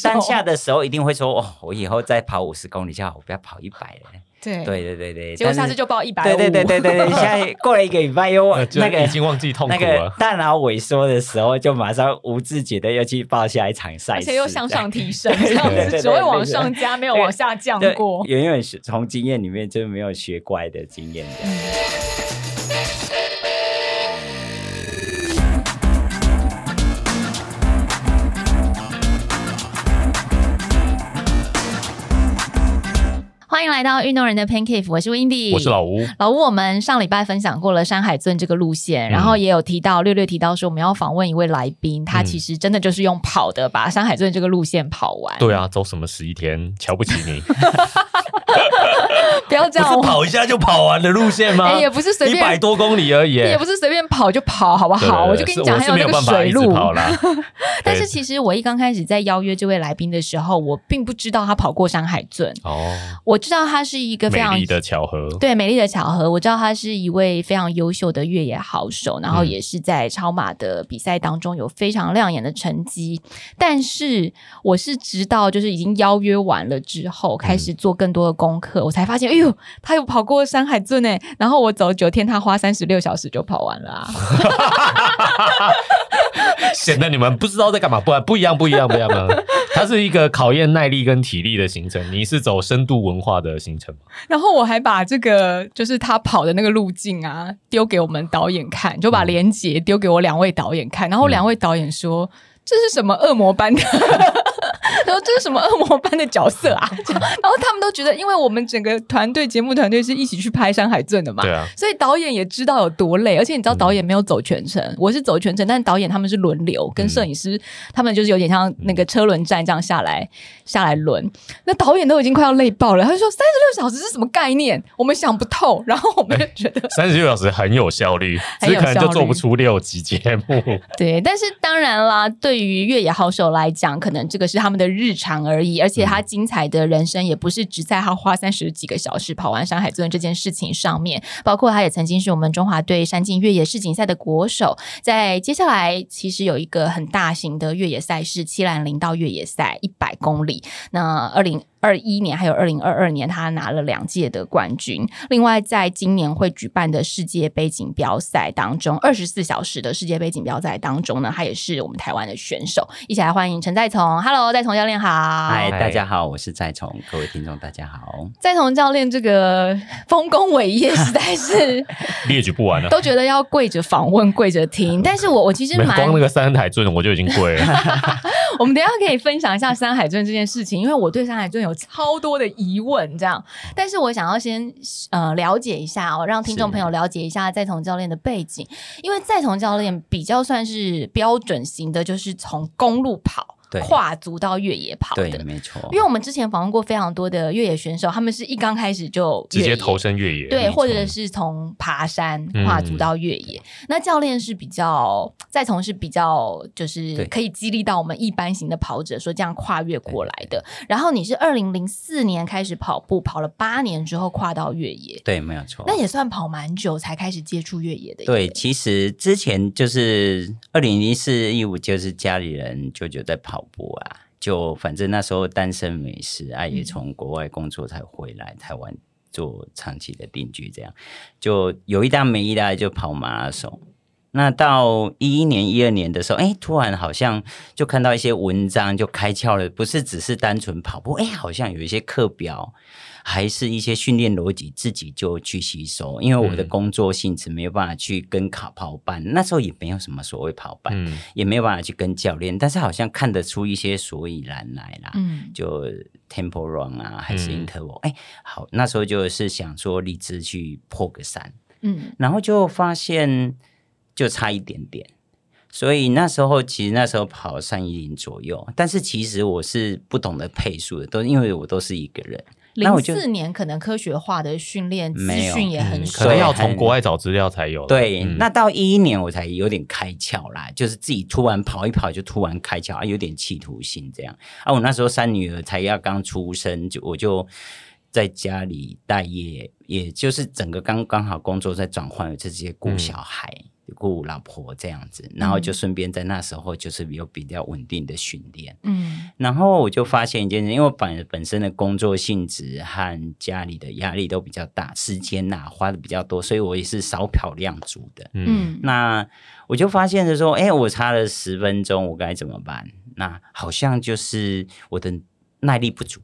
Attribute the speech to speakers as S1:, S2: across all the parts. S1: 当 下的时候一定会说，哦，我以后再跑五十公里就好，我不要跑一百了。
S2: 对
S1: 对对对对，
S2: 结果
S1: 但
S2: 下次
S1: 是
S2: 就报一百
S1: 对对对对对对，现在过了一个礼拜又
S3: 呃就
S1: 那个
S3: 已经忘记痛苦
S1: 那个
S3: 了。
S1: 大脑萎缩的时候，就马上无自觉的又去报下一场赛事，
S2: 而且又向上提升，
S1: 对
S2: 这样子
S1: 对
S2: 只会往上加，没有往下降
S1: 对
S2: 过。
S1: 远远是从经验里面就没有学乖的经验的。
S2: 欢迎来到运动人的 Pain Cave，我是 Windy，
S3: 我是老吴，
S2: 老吴，我们上礼拜分享过了山海尊这个路线，然
S3: 嗯
S2: 后也有提到略略提到说我们要访问一位来宾，他其实真的就是用跑的把山海尊这个路线跑完。
S3: 对啊，走什么十一天，瞧不起 你，
S2: 不要这样，我
S3: 一下就跑完的路线吗
S2: 哎也不是随
S3: 一百
S2: 便，
S3: 多公里而已。
S2: 也不是随便跑就跑，好不
S3: 对对
S2: 好？
S3: 对
S2: 我就跟
S3: 是
S2: 你讲，
S3: 我
S2: 还
S3: 是没
S2: 那
S3: 有
S2: 个
S3: 办法
S2: 水
S3: 一直
S2: 路。
S3: 跑啦。
S2: 但是
S3: 对
S2: 其实我一刚开始在邀约这位来宾的时候，我并不知道他跑过山海尊，
S3: 哦，
S2: 我知道他是一个非
S3: 美
S2: 常
S3: 丽的巧合，
S2: 对，美丽的巧合，我知道他是一位非常优秀的越野好手，然后
S3: 嗯
S2: 也是在超马的比赛当中有非常亮眼的成绩。但是我是直到就是已经邀约完了之后，开始做更多的功课，我才发现，哎呦，他有跑过山海尊诶。然后我走九天，他花三十六小时就跑完了啊！
S3: 显得你们不知道在干嘛，不不一样，不一样，不一样，不 一样。它是一个考验耐力跟体力的行程，你是走深度文化的行程吗？
S2: 然后我还把这个就是他跑的那个路径啊丢给我们导演看，就把连结丢给我两位导演看，然后两位导演说、这是什么恶魔般的。 然后这是什么恶魔般的角色啊？ 这样然后他们都觉得，因为我们整个团队节目团队是一起去拍《山海镇》的嘛，
S3: 对啊，
S2: 所以导演也知道有多累。而且你知道，导演没有走全程，我是走全程，但导演他们是轮流，跟
S3: 嗯
S2: 摄影师、他们就是有点像那个车轮战这样下来下来轮。那导演都已经快要累爆了，他就说三十六小时是什么概念？我们想不透。然后我们就觉得，
S3: 三十六小时很有效率，
S2: 很
S3: 只
S2: 有
S3: 是可能
S2: 效
S3: 就
S2: 率
S3: 做不出六集节目。
S2: 对，但是当然啦，对于越野好手来讲，可能这个是他们的日常而已，而且他嗯精彩的人生也不是只在他花三十几个小时跑完山海尊这件事情上面，包括他也曾经是我们中华队山径越野世锦赛的国手，在接下来其实有一个很大型的越野赛事——七兰林道越野赛一百公里，那二零二一年还有二零二二年，他拿了两届的冠军。另外，在今年会举办的世界杯锦标赛当中，二十四小时的世界杯锦标赛当中呢，他也是我们台湾的选手。一起来欢迎陈在从，Hello，在从教练好。
S1: 嗨，
S3: 嗨
S1: 大家好，我是在从，各位听众大家好。
S2: 在从教练这个丰功伟业，实在是
S3: 列举不完 了。
S2: 都觉得要跪着访问、跪着听。但是我我其实
S3: 没
S2: 蛮
S3: 光那个三台尊我就已经跪了，
S2: 我们等一下可以分享一下山海尊这件事情，因为我对山海尊有超多的疑问，这样。但是我想要先呃了解一下哦，让听众
S1: 是
S2: 朋友了解一下在从教练的背景，因为在从教练比较算是标准型的，就是从公路跑
S1: 对
S2: 跨足到越野跑
S1: 对，
S2: 的。
S1: 没错。
S2: 因为我们之前访问过非常多的越野选手，他们是一刚开始就
S3: 直
S2: 越
S3: 接
S2: 野
S3: 投身越野。
S2: 对，或者是从爬山
S3: 嗯
S2: 跨足到越野。那教练是比较，再从是比较，就是
S1: 对
S2: 可以激励到我们一般型的跑者，说这样跨越过来的。然后你是二零零四年开始跑步，跑了八年之后跨到越野，
S1: 对，没有错。
S2: 那也算跑蛮久才开始接触越野的。
S1: 哦对，，其实之前就是二零一四一五，就是家里人舅舅在跑步啊，就反正那时候单身没事，啊也
S2: 嗯
S1: 从国外工作才回来台湾做长期的定居，这样就有一搭没一搭就跑马拉松。那到一一年、一二年的时候，哎，突然好像就看到一些文章，就开窍了，不是只是单纯跑步，哎，好像有一些课表，还是一些训练逻辑，自己就去吸收。因为我的
S3: 嗯
S1: 工作性质没有办法去跟考跑班，那时候也没有什么所谓跑班，
S3: 嗯，
S1: 也没有办法去跟教练，但是好像看得出一些所以然来啦。
S2: 嗯，
S1: 就 tempo run 啊，还是
S3: 嗯
S1: interval？哎、好，那时候就是想说立志去破个三，
S2: 嗯，
S1: 然后就发现就差一点点，所以那时候其实那时候跑三一零左右，但是其实我是不懂得配速的，都因为我都是一个人，那
S2: 零
S1: 我就
S2: 四年可能科学化的训练资
S1: 没有
S2: 讯也很
S3: 嗯
S2: 少
S3: 可。能要
S1: 对
S3: 从
S1: 很
S3: 国外找资料才有了。
S1: 对，
S3: 嗯
S1: 那到一一年我才有点开窍啦，就是自己突然跑一跑就突然开窍，啊，有点企图心这样。啊，我那时候三女儿才要刚出生，就我就在家里待业，也就是整个刚刚好工作在转换，我就直接顾小孩。顾老婆这样子，然后就顺便在那时候就是有比较稳定的训练。
S2: 嗯
S1: 然后我就发现一件事，因为我本本身的工作性质和家里的压力都比较大，时间呐、花的比较多，所以我也是少跑量足的。
S3: 嗯，
S2: 嗯，
S1: 那我就发现的说，哎，我差了十分钟，我该怎么办？那好像就是我的耐力不足。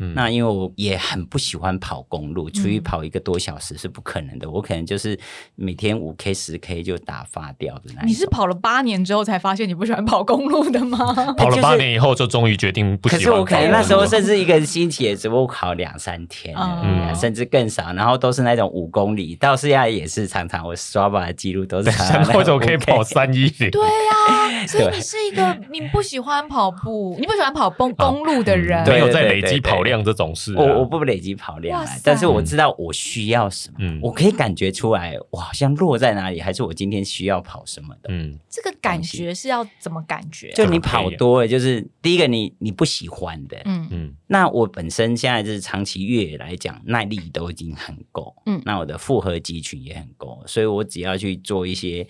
S3: 嗯
S1: 那因为我也很不喜欢跑公路，出去
S2: 嗯
S1: 跑一个多小时是不可能的。我可能就是每天五 K、十 K 就打发掉的那一种。
S2: 你是跑了八年之后才发现你不喜欢跑公路的吗？
S3: 跑了
S1: 就是
S3: 八年以后，就终于决定不
S1: 可
S3: 喜欢
S1: 是我可能
S3: 跑
S1: 那
S3: 了
S1: 时候甚至一个星期也只不过跑两三天而已啊、
S3: 嗯
S1: 甚至更少，然后都是那种五公里，到现在也是常常我刷吧的记录都是常常
S3: 想
S1: 那
S3: 到为什么
S1: 种
S3: 可以
S1: 5K
S3: 跑三一零？
S2: 对 呀、所以
S1: 对哦
S2: 你是一个你不喜欢跑步，你不喜欢跑公公路的
S1: 嗯
S2: 人。
S1: 对
S3: 没有
S1: 对
S3: 在
S1: 对
S3: 累
S1: 对
S3: 积
S1: 对
S3: 跑量这种事啊。
S1: 我我不累积跑量
S2: 哇
S1: 来
S2: 塞，
S1: 但是我知道我需要什么，
S3: 嗯
S1: 我可以感觉出来，我好像落在哪里，还是我今天需要跑什么的。
S3: 嗯
S2: 这个感觉是要怎么感觉？
S1: 就你
S3: 怎么可以啊
S1: 跑多了，就是第一个你你不喜欢的，
S2: 嗯
S3: 嗯
S1: 那我本身现在就是长期越野来讲，耐力都已经很够，
S2: 嗯
S1: 那我的复合肌群也很够，所以我只要去做一些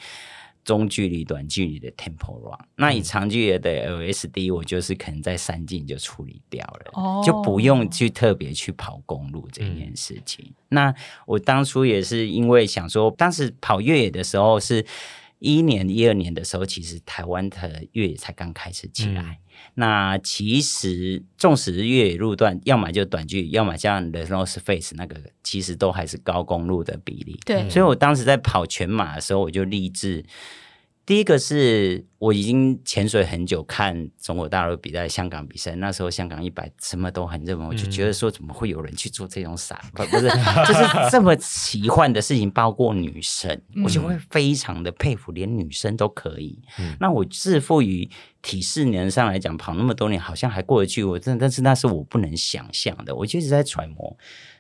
S1: 中距离、短距离的 tempo run，那
S2: 嗯
S1: 以长距离的 LSD，我就是可能在三进就处理掉了，
S2: 哦
S1: 就不用去特别去跑公路这件事情。那我当初也是因为想说，当时跑越野的时候是。一年、一二年的时候，其实台湾的越野才刚开始起来，
S3: 嗯
S1: 那其实纵使越野路段，要么就短距离，要么像 The Lost Face 那个，其实都还是高公路的比例。
S2: 对，
S3: 嗯
S1: 所以我当时在跑全马的时候，我就立志，第一个是我已经潜水很久，看中国大陆比赛、香港比赛，那时候香港一百什么都很热门，我就觉得说，怎么会有人去做这种傻，不不是，就是这么奇幻的事情，包括女生，我就会非常的佩服，连女生都可以。
S3: 嗯
S1: 那我自负于体适能上来讲，跑那么多年好像还过得去，我真的，但是那是我不能想象的，我就一直在揣摩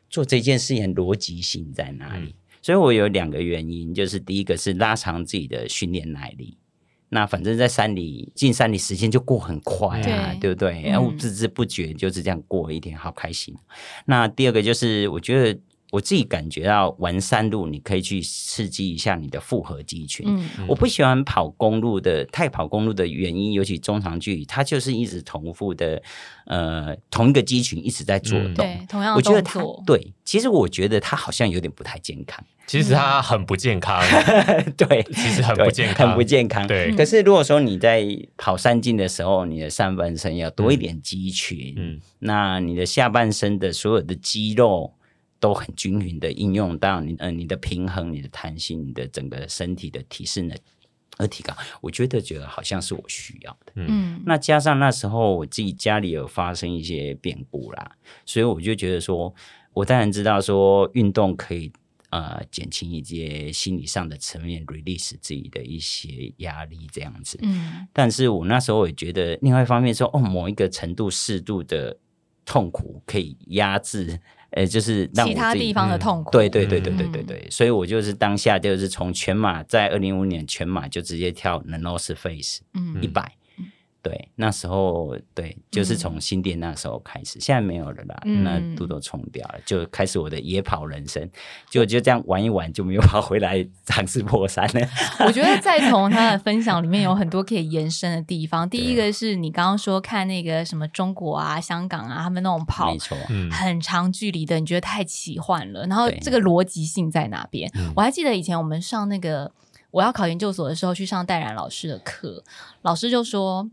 S1: 做这件事情的逻辑性在哪
S2: 嗯
S1: 里。所以我有两个原因，就是第一个是拉长自己的训练耐力。那反正，在山里进山里时间就过很快啊，
S2: 对
S1: 对不对？
S2: 嗯
S1: 然后不知不觉就是这样过一天，好开心。那第二个就是，我觉得我自己感觉到玩山路，你可以去刺激一下你的复合肌群。
S2: 嗯
S1: 我不喜欢跑公路的，太跑公路的原因，尤其中长距离，它就是一直重复的，呃，同一个肌群一直在做动。
S3: 嗯
S2: 对，同样
S1: 我
S2: 的
S1: 觉得
S2: 动
S1: 它
S2: 作，
S1: 对，其实我觉得它好像有点不太健康。
S3: 其实它很不健康，
S1: 对，
S3: 其 实很
S1: 对
S3: 不健康，
S1: 很不健康。
S2: 嗯
S3: 对
S1: 可是如果说你在跑三进的时候，你的上半身要多一点肌群，
S3: 嗯
S1: 那你的下半身的所有的肌肉都很均匀的应用到你，呃，你的平衡、你的弹性、你的整个身体的体适能而提高。我觉得觉得好像是我需要的。
S2: 嗯，
S1: 那加上那时候我自己家里有发生一些变故啦，所以我就觉得说，我当然知道说运动可以呃减轻一些心理上的层面，release 自己的一些压力这样子。
S2: 嗯
S1: 但是我那时候也觉得，另外一方面说，哦，某一个程度适度的痛苦可以压制，呃，就是让我
S2: 其他
S1: 自己嗯
S2: 地方的痛苦，
S1: 对对对对对
S2: 嗯
S1: 对对，所以我就是当下就是从全马在二零五年全马就直接跳 n a n o s Face
S2: 嗯
S1: 一百、对，那时候对，就是从新店那时候开始，现在没有了啦，
S2: 嗯
S1: 那肚都冲掉了，就开始我的野跑人生，就就这样玩一玩就没有 跑回来尝试破三了。
S2: 我觉得再从他的分享 里面有很多可以延伸的地方。第一个是你刚刚说看那个什么中国啊、香港啊，他们那种跑
S1: 没错，
S3: 嗯
S2: 很长距离的，你觉得太奇幻了。然后
S1: 对
S2: 这个逻辑性在哪边？
S3: 嗯
S2: 我还记得以前我们上那个我要考研究所的时候，去上戴然老师的课，老师就说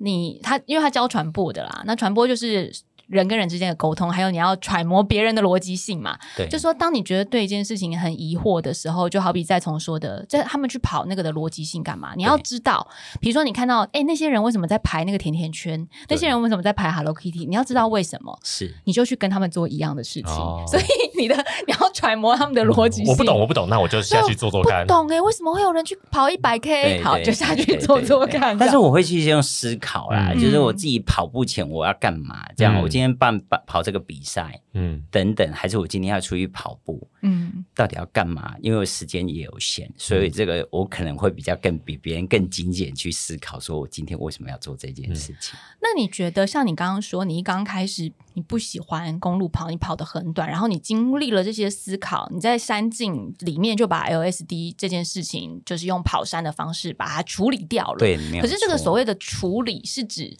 S2: 你他因为他教传播的啦，那传播就是。人跟人之间的沟通，还有你要揣摩别人的逻辑性嘛，
S1: 对，
S2: 就说当你觉得对一件事情很疑惑的时候，就好比再从说的，这他们去跑那个的逻辑性干嘛？你要知道，比如说你看到，哎，那些人为什么在排那个甜甜圈？那些人为什么在排 Hello Kitty？你要知道为什么，
S1: 是
S2: 你就去跟他们做一样的事情。
S3: 哦嗯
S2: 所以你的 你要揣摩他们的逻辑性。
S3: 我不懂，我不懂，那我就下去做做
S2: 不
S3: 看。嗯
S2: 懂哎、为什么会有人去跑一百
S1: 对
S2: K？好，哎
S1: 对
S2: 就下去
S1: 对
S2: 做做
S1: 对对
S2: 看。
S1: 但是我会去先用思考啦，
S3: 嗯
S1: 就是我自己跑步前我要干嘛？这样，
S3: 嗯
S1: 我今今天办办跑这个比赛
S3: 嗯，
S1: 等等，还是我今天要出去跑步，
S2: 嗯，
S1: 到底要干嘛？因为我时间也有限，所以这个我可能会比较更比别人更精简去思考，说我今天为什么要做这件事情。
S2: 那你觉得像你刚刚说，你一刚开始你不喜欢公路跑，你跑得很短，然后你经历了这些思考，你在山径里面就把 LSD 这件事情，就是用跑山的方式把它处理掉了。
S1: 对，没有错。
S2: 可是这个所谓的处理是指。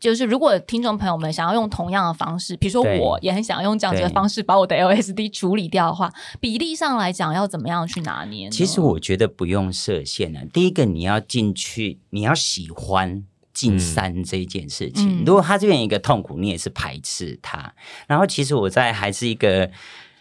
S2: 就是如果听众朋友们想要用同样的方式，比如说
S1: 对
S2: 我也很想用这样子的
S1: 对
S2: 方式把我的 LSD 处理掉的话，比例上来讲要怎么样去拿捏呢？
S1: 其实我觉得不用设限啊。第一个，你要进去，你要喜欢进山这件事情。
S2: 嗯
S1: 如果它这边有一个痛苦，你也是排斥它。然后，其实我在还是一个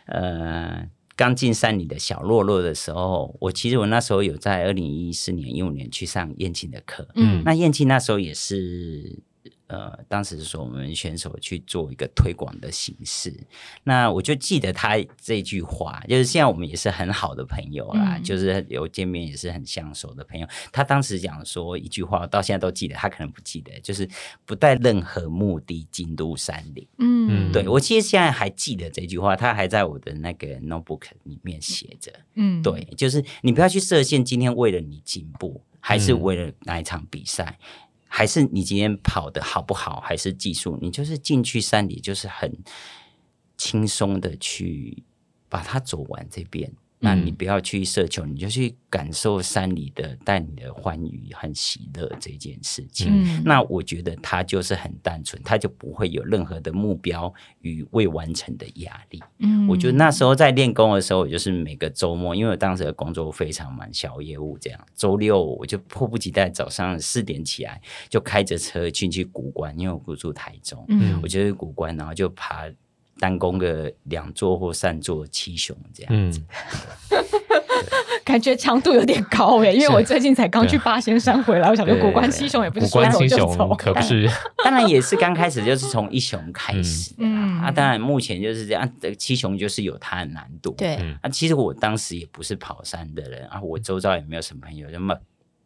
S1: 呃刚进山里的小落落的时候，我其实我那时候有在二零一四年、一五年去上燕青的课。
S2: 嗯
S1: 那燕青那时候也是。呃，当时是说我们选手去做一个推广的形式，那我就记得他这句话，就是现在我们也是很好的朋友啦，
S2: 嗯
S1: 就是 有见面也是很相熟的朋友。他当时讲说一句话，我到现在都记得，他可能不记得，就是不带任何目的进入山林。
S2: 嗯
S3: 嗯
S1: 对我其实现在还记得这句话，他还在我的那个 notebook 里面写着。
S2: 嗯
S1: 对，就是你不要去设限，今天为了你进步，还是
S3: 嗯
S1: 为了哪一场比赛，还是你今天跑的好不好，还是技术，你就是进去山里就是很轻松的去把它走完这边。那你
S3: 嗯
S1: 不要去奢求，你就去感受山里的带你的欢愉和喜乐这件事情。
S2: 嗯
S1: 那我觉得它就是很单纯，它就不会有任何的目标与未完成的压力。
S2: 嗯
S1: 我觉得那时候在练功的时候，我就是每个周末，因为我当时的工作非常忙，小业务这样。周六我就迫不及待早上四点起来，就开着车进去古关，因为我住台中，
S2: 嗯
S1: 我就去古关，然后就爬单攻个两座或三座七雄这样。
S3: 嗯，
S2: 感觉强度有点高欸诶、因为我最近才刚去
S3: 对
S2: 八仙山回来，我想说
S1: 对
S2: 古关七雄也不是
S3: 五
S2: 说
S3: 官
S2: 走
S3: 七
S2: 就
S3: 雄
S2: 走，
S3: 可不是，
S1: 当然也是刚开始就是从一雄开始的
S2: 嗯
S1: 啦
S2: 嗯
S1: 啊，当然目前就是这样，这七雄就是有它的难度。
S2: 对，
S1: 啊，其实我当时也不是跑山的人啊，我周遭也没有什么朋友，就慢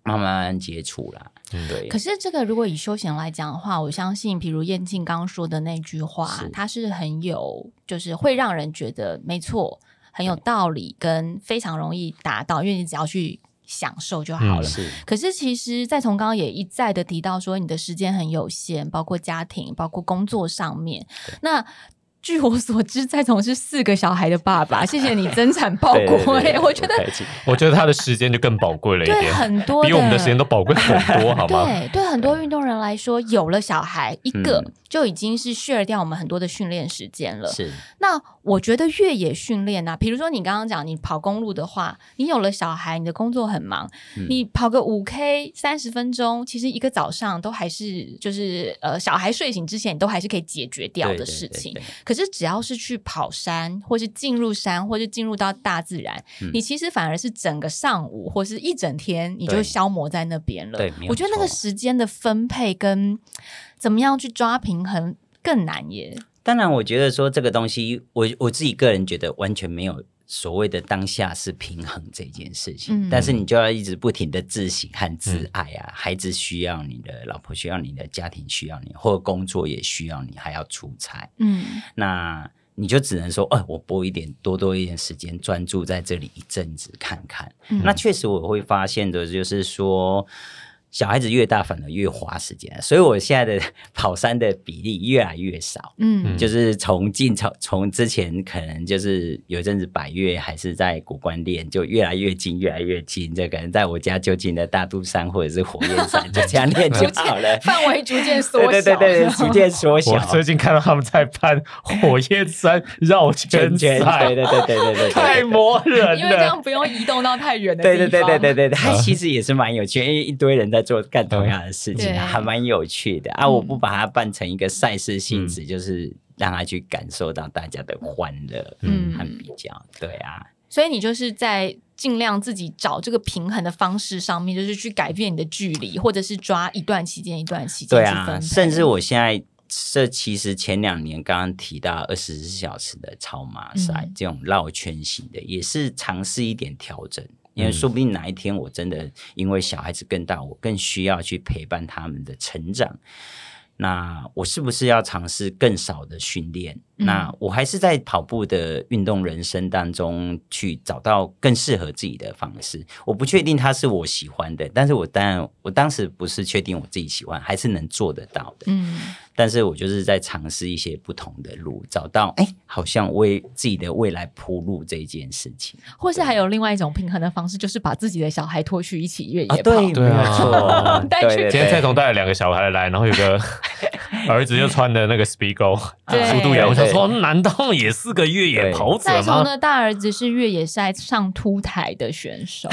S1: 慢慢慢接触啦。
S3: 嗯
S1: 对，
S2: 可是这个如果以休闲来讲的话，我相信，比如燕庆刚刚说的那句话，
S1: 是
S2: 它是很有，就是会让人觉得没错，很有道理，跟非常容易达到，因为你只要去享受就好了。
S3: 嗯
S1: 是
S2: 可是，其实，再从刚刚也一再的提到说，你的时间很有限，包括家庭，包括工作上面。那据我所知，再从是四个小孩的爸爸，谢谢你增产报
S1: 对对
S2: 国、
S1: 对
S2: 欸。我觉得
S1: 太气
S3: 我觉得他的时间就更宝贵了一
S2: 对
S3: 点，
S2: 很多
S3: 比我们的时间都宝贵很多，好吗？
S2: 对对，很多运动人来说，有了小孩一个
S1: 嗯
S2: 就已经是削掉我们很多的训练时间了。
S1: 是
S2: 那我觉得越野训练啊，比如说你刚刚讲你跑公路的话，你有了小孩，你的工作很忙，
S1: 嗯
S2: 你跑个五 K 三十分钟，其实一个早上都还是就是呃小孩睡醒之前，你都还是可以解决掉
S1: 对
S2: 的
S1: 对
S2: 事
S1: 对
S2: 情。
S1: 对
S2: 可是只要是去跑山，或是进入山，或是进入到大自然，
S1: 嗯
S2: 你其实反而是整个上午或是一整天，你就
S1: 对
S2: 消磨在那边了。
S1: 对没有
S2: 我觉得那个
S1: 错
S2: 时间的分配跟怎么样去抓平衡更难耶。
S1: 当然，我觉得说这个东西，我我自己个人觉得完全没有所谓的当下是平衡这件事情，
S2: 嗯
S1: 但是你就要一直不停的自省和自爱啊，孩子需要你的，老婆需要你的，家庭需要你，或者工作也需要你，还要出差，
S2: 嗯
S1: 那你就只能说，哎，我拨一点多多一点时间，专注在这里一阵子看看。
S2: 嗯
S1: 那确实我会发现的就是说。小孩子越大，反而越花时间，所以我现在的 跑山的比例越来越少。
S2: 嗯。
S1: 就是从进从从之前可能就是有一阵子百越还是在古关练，就越来越近，越来越近。这可能在我家就近的大肚山或者是火焰山，就这样练就好 了
S2: 范围逐渐缩
S1: 对对
S2: 小，
S1: 对对，逐渐缩小
S3: 我。最近看到他们在办火焰山绕圈
S1: 圈圈，对
S3: 赛，
S1: 对对对对对，
S3: 太磨人
S2: 因为这
S3: 了。
S2: 样不用移动到太远的地
S1: 对
S2: 方。
S1: 对对对对对，它其实也是蛮有趣，因为一堆人在做干同样的事情，
S2: 对
S1: 还蛮有趣的啊！
S2: 嗯
S1: 我不把它办成一个赛事性质，就是让他去感受到大家的欢乐，
S2: 嗯
S1: 嗯，和比较，对啊，
S2: 所以你就是在尽量自己找这个平衡的方式上面，就是去改变你的距离，或者是抓一段期间一段期间
S1: 对
S2: 去分
S1: 啊，
S2: 配
S1: 甚至我现在。这其实前两年刚刚提到二十四小时的超马赛、
S2: 嗯
S1: 这种绕圈型的，也是尝试一点调整，因为
S3: 嗯
S1: 说不定哪一天我真的因为小孩子更大，我更需要去陪伴他们的成长。那我是不是要尝试更少的训练？
S2: 嗯
S1: 那啊我还是在跑步的运动人生当中去找到更适合自己的方式。我不确定它是我喜欢的，但是我当然我当时不是确定我自己喜欢，还是能做得到的。
S2: 嗯
S1: 但是我就是在尝试一些不同的路，找到哎，好像为自己的未来铺路这一件事情
S2: 或是还有另外一种平衡的方式，就是把自己的小孩拖去一起越野跑。，
S1: 对，
S3: 对
S1: 没有
S3: 啊
S1: 错
S2: 带去
S1: 对
S3: 今天蔡总带了两个小孩来，然后有 个儿子就穿的那个 Spigo
S2: 对
S3: 速度摇，我想说，难道也是个越野跑者
S2: 赛虫
S3: 吗？
S2: 的大儿子是越野赛上凸台的选手，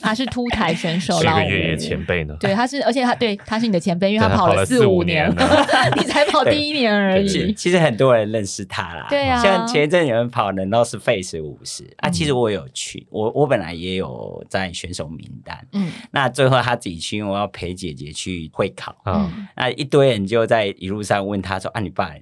S2: 他是凸台选手
S3: 是一
S2: 啦，
S3: 个
S2: 我
S3: 越野前辈呢？
S2: 对，他是，而且他对他是你的前辈，因为
S3: 对他
S2: 跑
S3: 跑了
S2: 四
S3: 四
S2: 五
S3: 五年
S2: 了， 你才跑第一年而
S3: 对对
S2: 已
S3: 对。
S1: 其实很多人认识他啦，
S2: 对啊嗯
S1: 像前一阵有人跑人道是 face 五十啊，其实我有去，我我本来也有在选手名单，
S2: 嗯
S1: 那最后他自己去，因为我要陪姐姐去会考，
S3: 啊，
S2: 嗯，
S1: 那一堆人就在一路上问他说啊你 爸呢，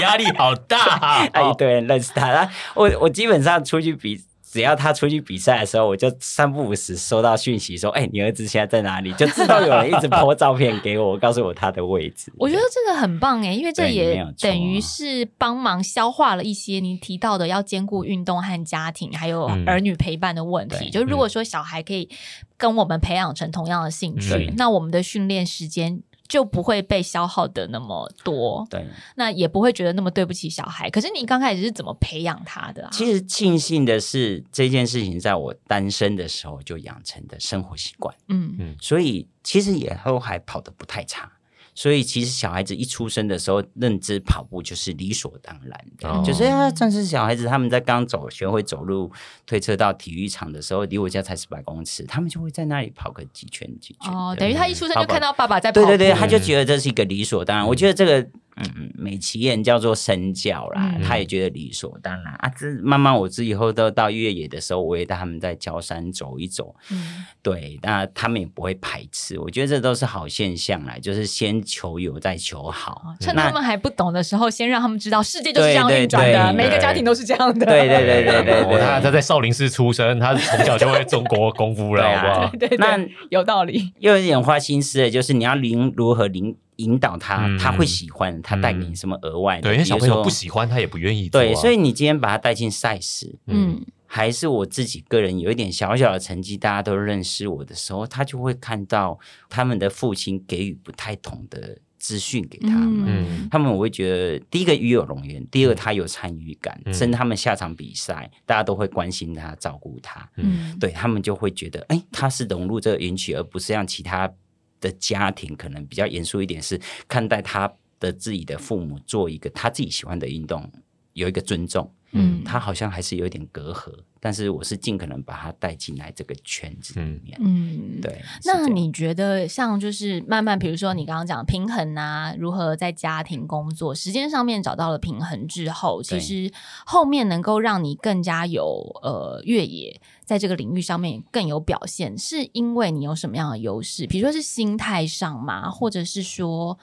S3: 压力好大啊
S1: 啊一堆人认识他，那我我基本上出去比。只要他出去比赛的时候，我就三不五时收到讯息说：“哎、你儿子现在在哪里？”就知道有人一直 po 照片给我，告诉我他的位置。
S2: 我觉得这个很棒哎，因为这
S1: 对没
S2: 也
S1: 有错啊
S2: 等于是帮忙消化了一些你提到的要兼顾运动和家庭，还有
S3: 嗯
S2: 儿女陪伴的问题。
S1: 对
S2: 就如果说小孩可以跟我们培养成同样的兴趣
S3: 嗯，
S2: 那我们的训练时间。就不会被消耗的那么多，
S1: 对，
S2: 那也不会觉得那么对不起小孩。可是你刚开始是怎么培养他的啊？
S1: 其实庆幸的是，这件事情在我单身的时候就养成的生活习惯，
S2: 嗯
S1: 所以其实也都还跑得不太差。所以其实小孩子一出生的时候，认知跑步就是理所当然的，
S3: 哦
S1: 就是啊，但是小孩子他们在刚走学会走路、推车到体育场的时候，离我家才十百公尺，他们就会在那里跑个几圈几圈。
S2: 哦，
S1: 对
S2: 等于他一出生
S1: 跑
S2: 就
S1: 跑
S2: 看到爸爸在跑
S1: 对
S2: 步，
S1: 对对，他就
S3: 嗯
S1: 觉得这是一个理所当然。我觉得这个，嗯，美其言叫做身教啦，
S2: 嗯
S1: 他也觉得理所当然啊。这慢慢我自己以后都到越野的时候，我也带他们在郊山走一走，
S2: 嗯
S1: 对，那他们也不会排斥。我觉得这都是好现象啦，就是先求有再求好
S2: 哦。趁
S1: 那
S2: 他们还不懂的时候，先让他们知道世界就是这样运转
S1: 对
S2: 的，
S1: 对对
S2: 每个家庭都是这样的。
S1: 对对对对对对，
S3: 他他在少林寺出生，他从小就会中国功夫了，
S1: 对
S3: 好不
S1: 啊
S3: 好？
S2: 对对
S1: 那
S2: 有道理。
S1: 又有点花心思的，就是你要引如何引引导他，
S3: 嗯
S1: 他会喜欢，他带给你什么额外的？
S3: 对，因为小朋友不
S1: 比如说
S3: 喜欢，他也不愿意做啊。
S1: 对，所以你今天把他带进赛事，
S3: 嗯，
S2: 嗯
S1: 还是我自己个人有一点小小的成绩，大家都认识我的时候，他就会看到他们的父亲给予不太同的资讯给他们。
S3: 嗯
S1: 他们我会觉得，第一个与有荣焉，第二个他有参与感，
S3: 嗯
S1: 甚至他们下场比赛，大家都会关心他、照顾他，
S2: 嗯，
S1: 对他们就会觉得，哎，他是融入这个园区，而不是让其他的家庭可能比较严肃一点，是看待他的自己的父母做一个他自己喜欢的运动，有一个尊重。
S2: 嗯
S1: 他好像还是有点隔阂，但是我是尽可能把他带进来这个圈子里面。
S2: 嗯。
S1: 对，是这
S2: 那
S1: 样
S2: 你觉得像就是慢慢，比如说你刚刚讲平衡啊，如何在家庭、工作、时间上面找到了平衡之后，其
S1: 对？
S2: 实后面能够让你更加有呃越野在这个领域上面更有表现，是因为你有什么样的优势？比如说是心态上嘛，或者是说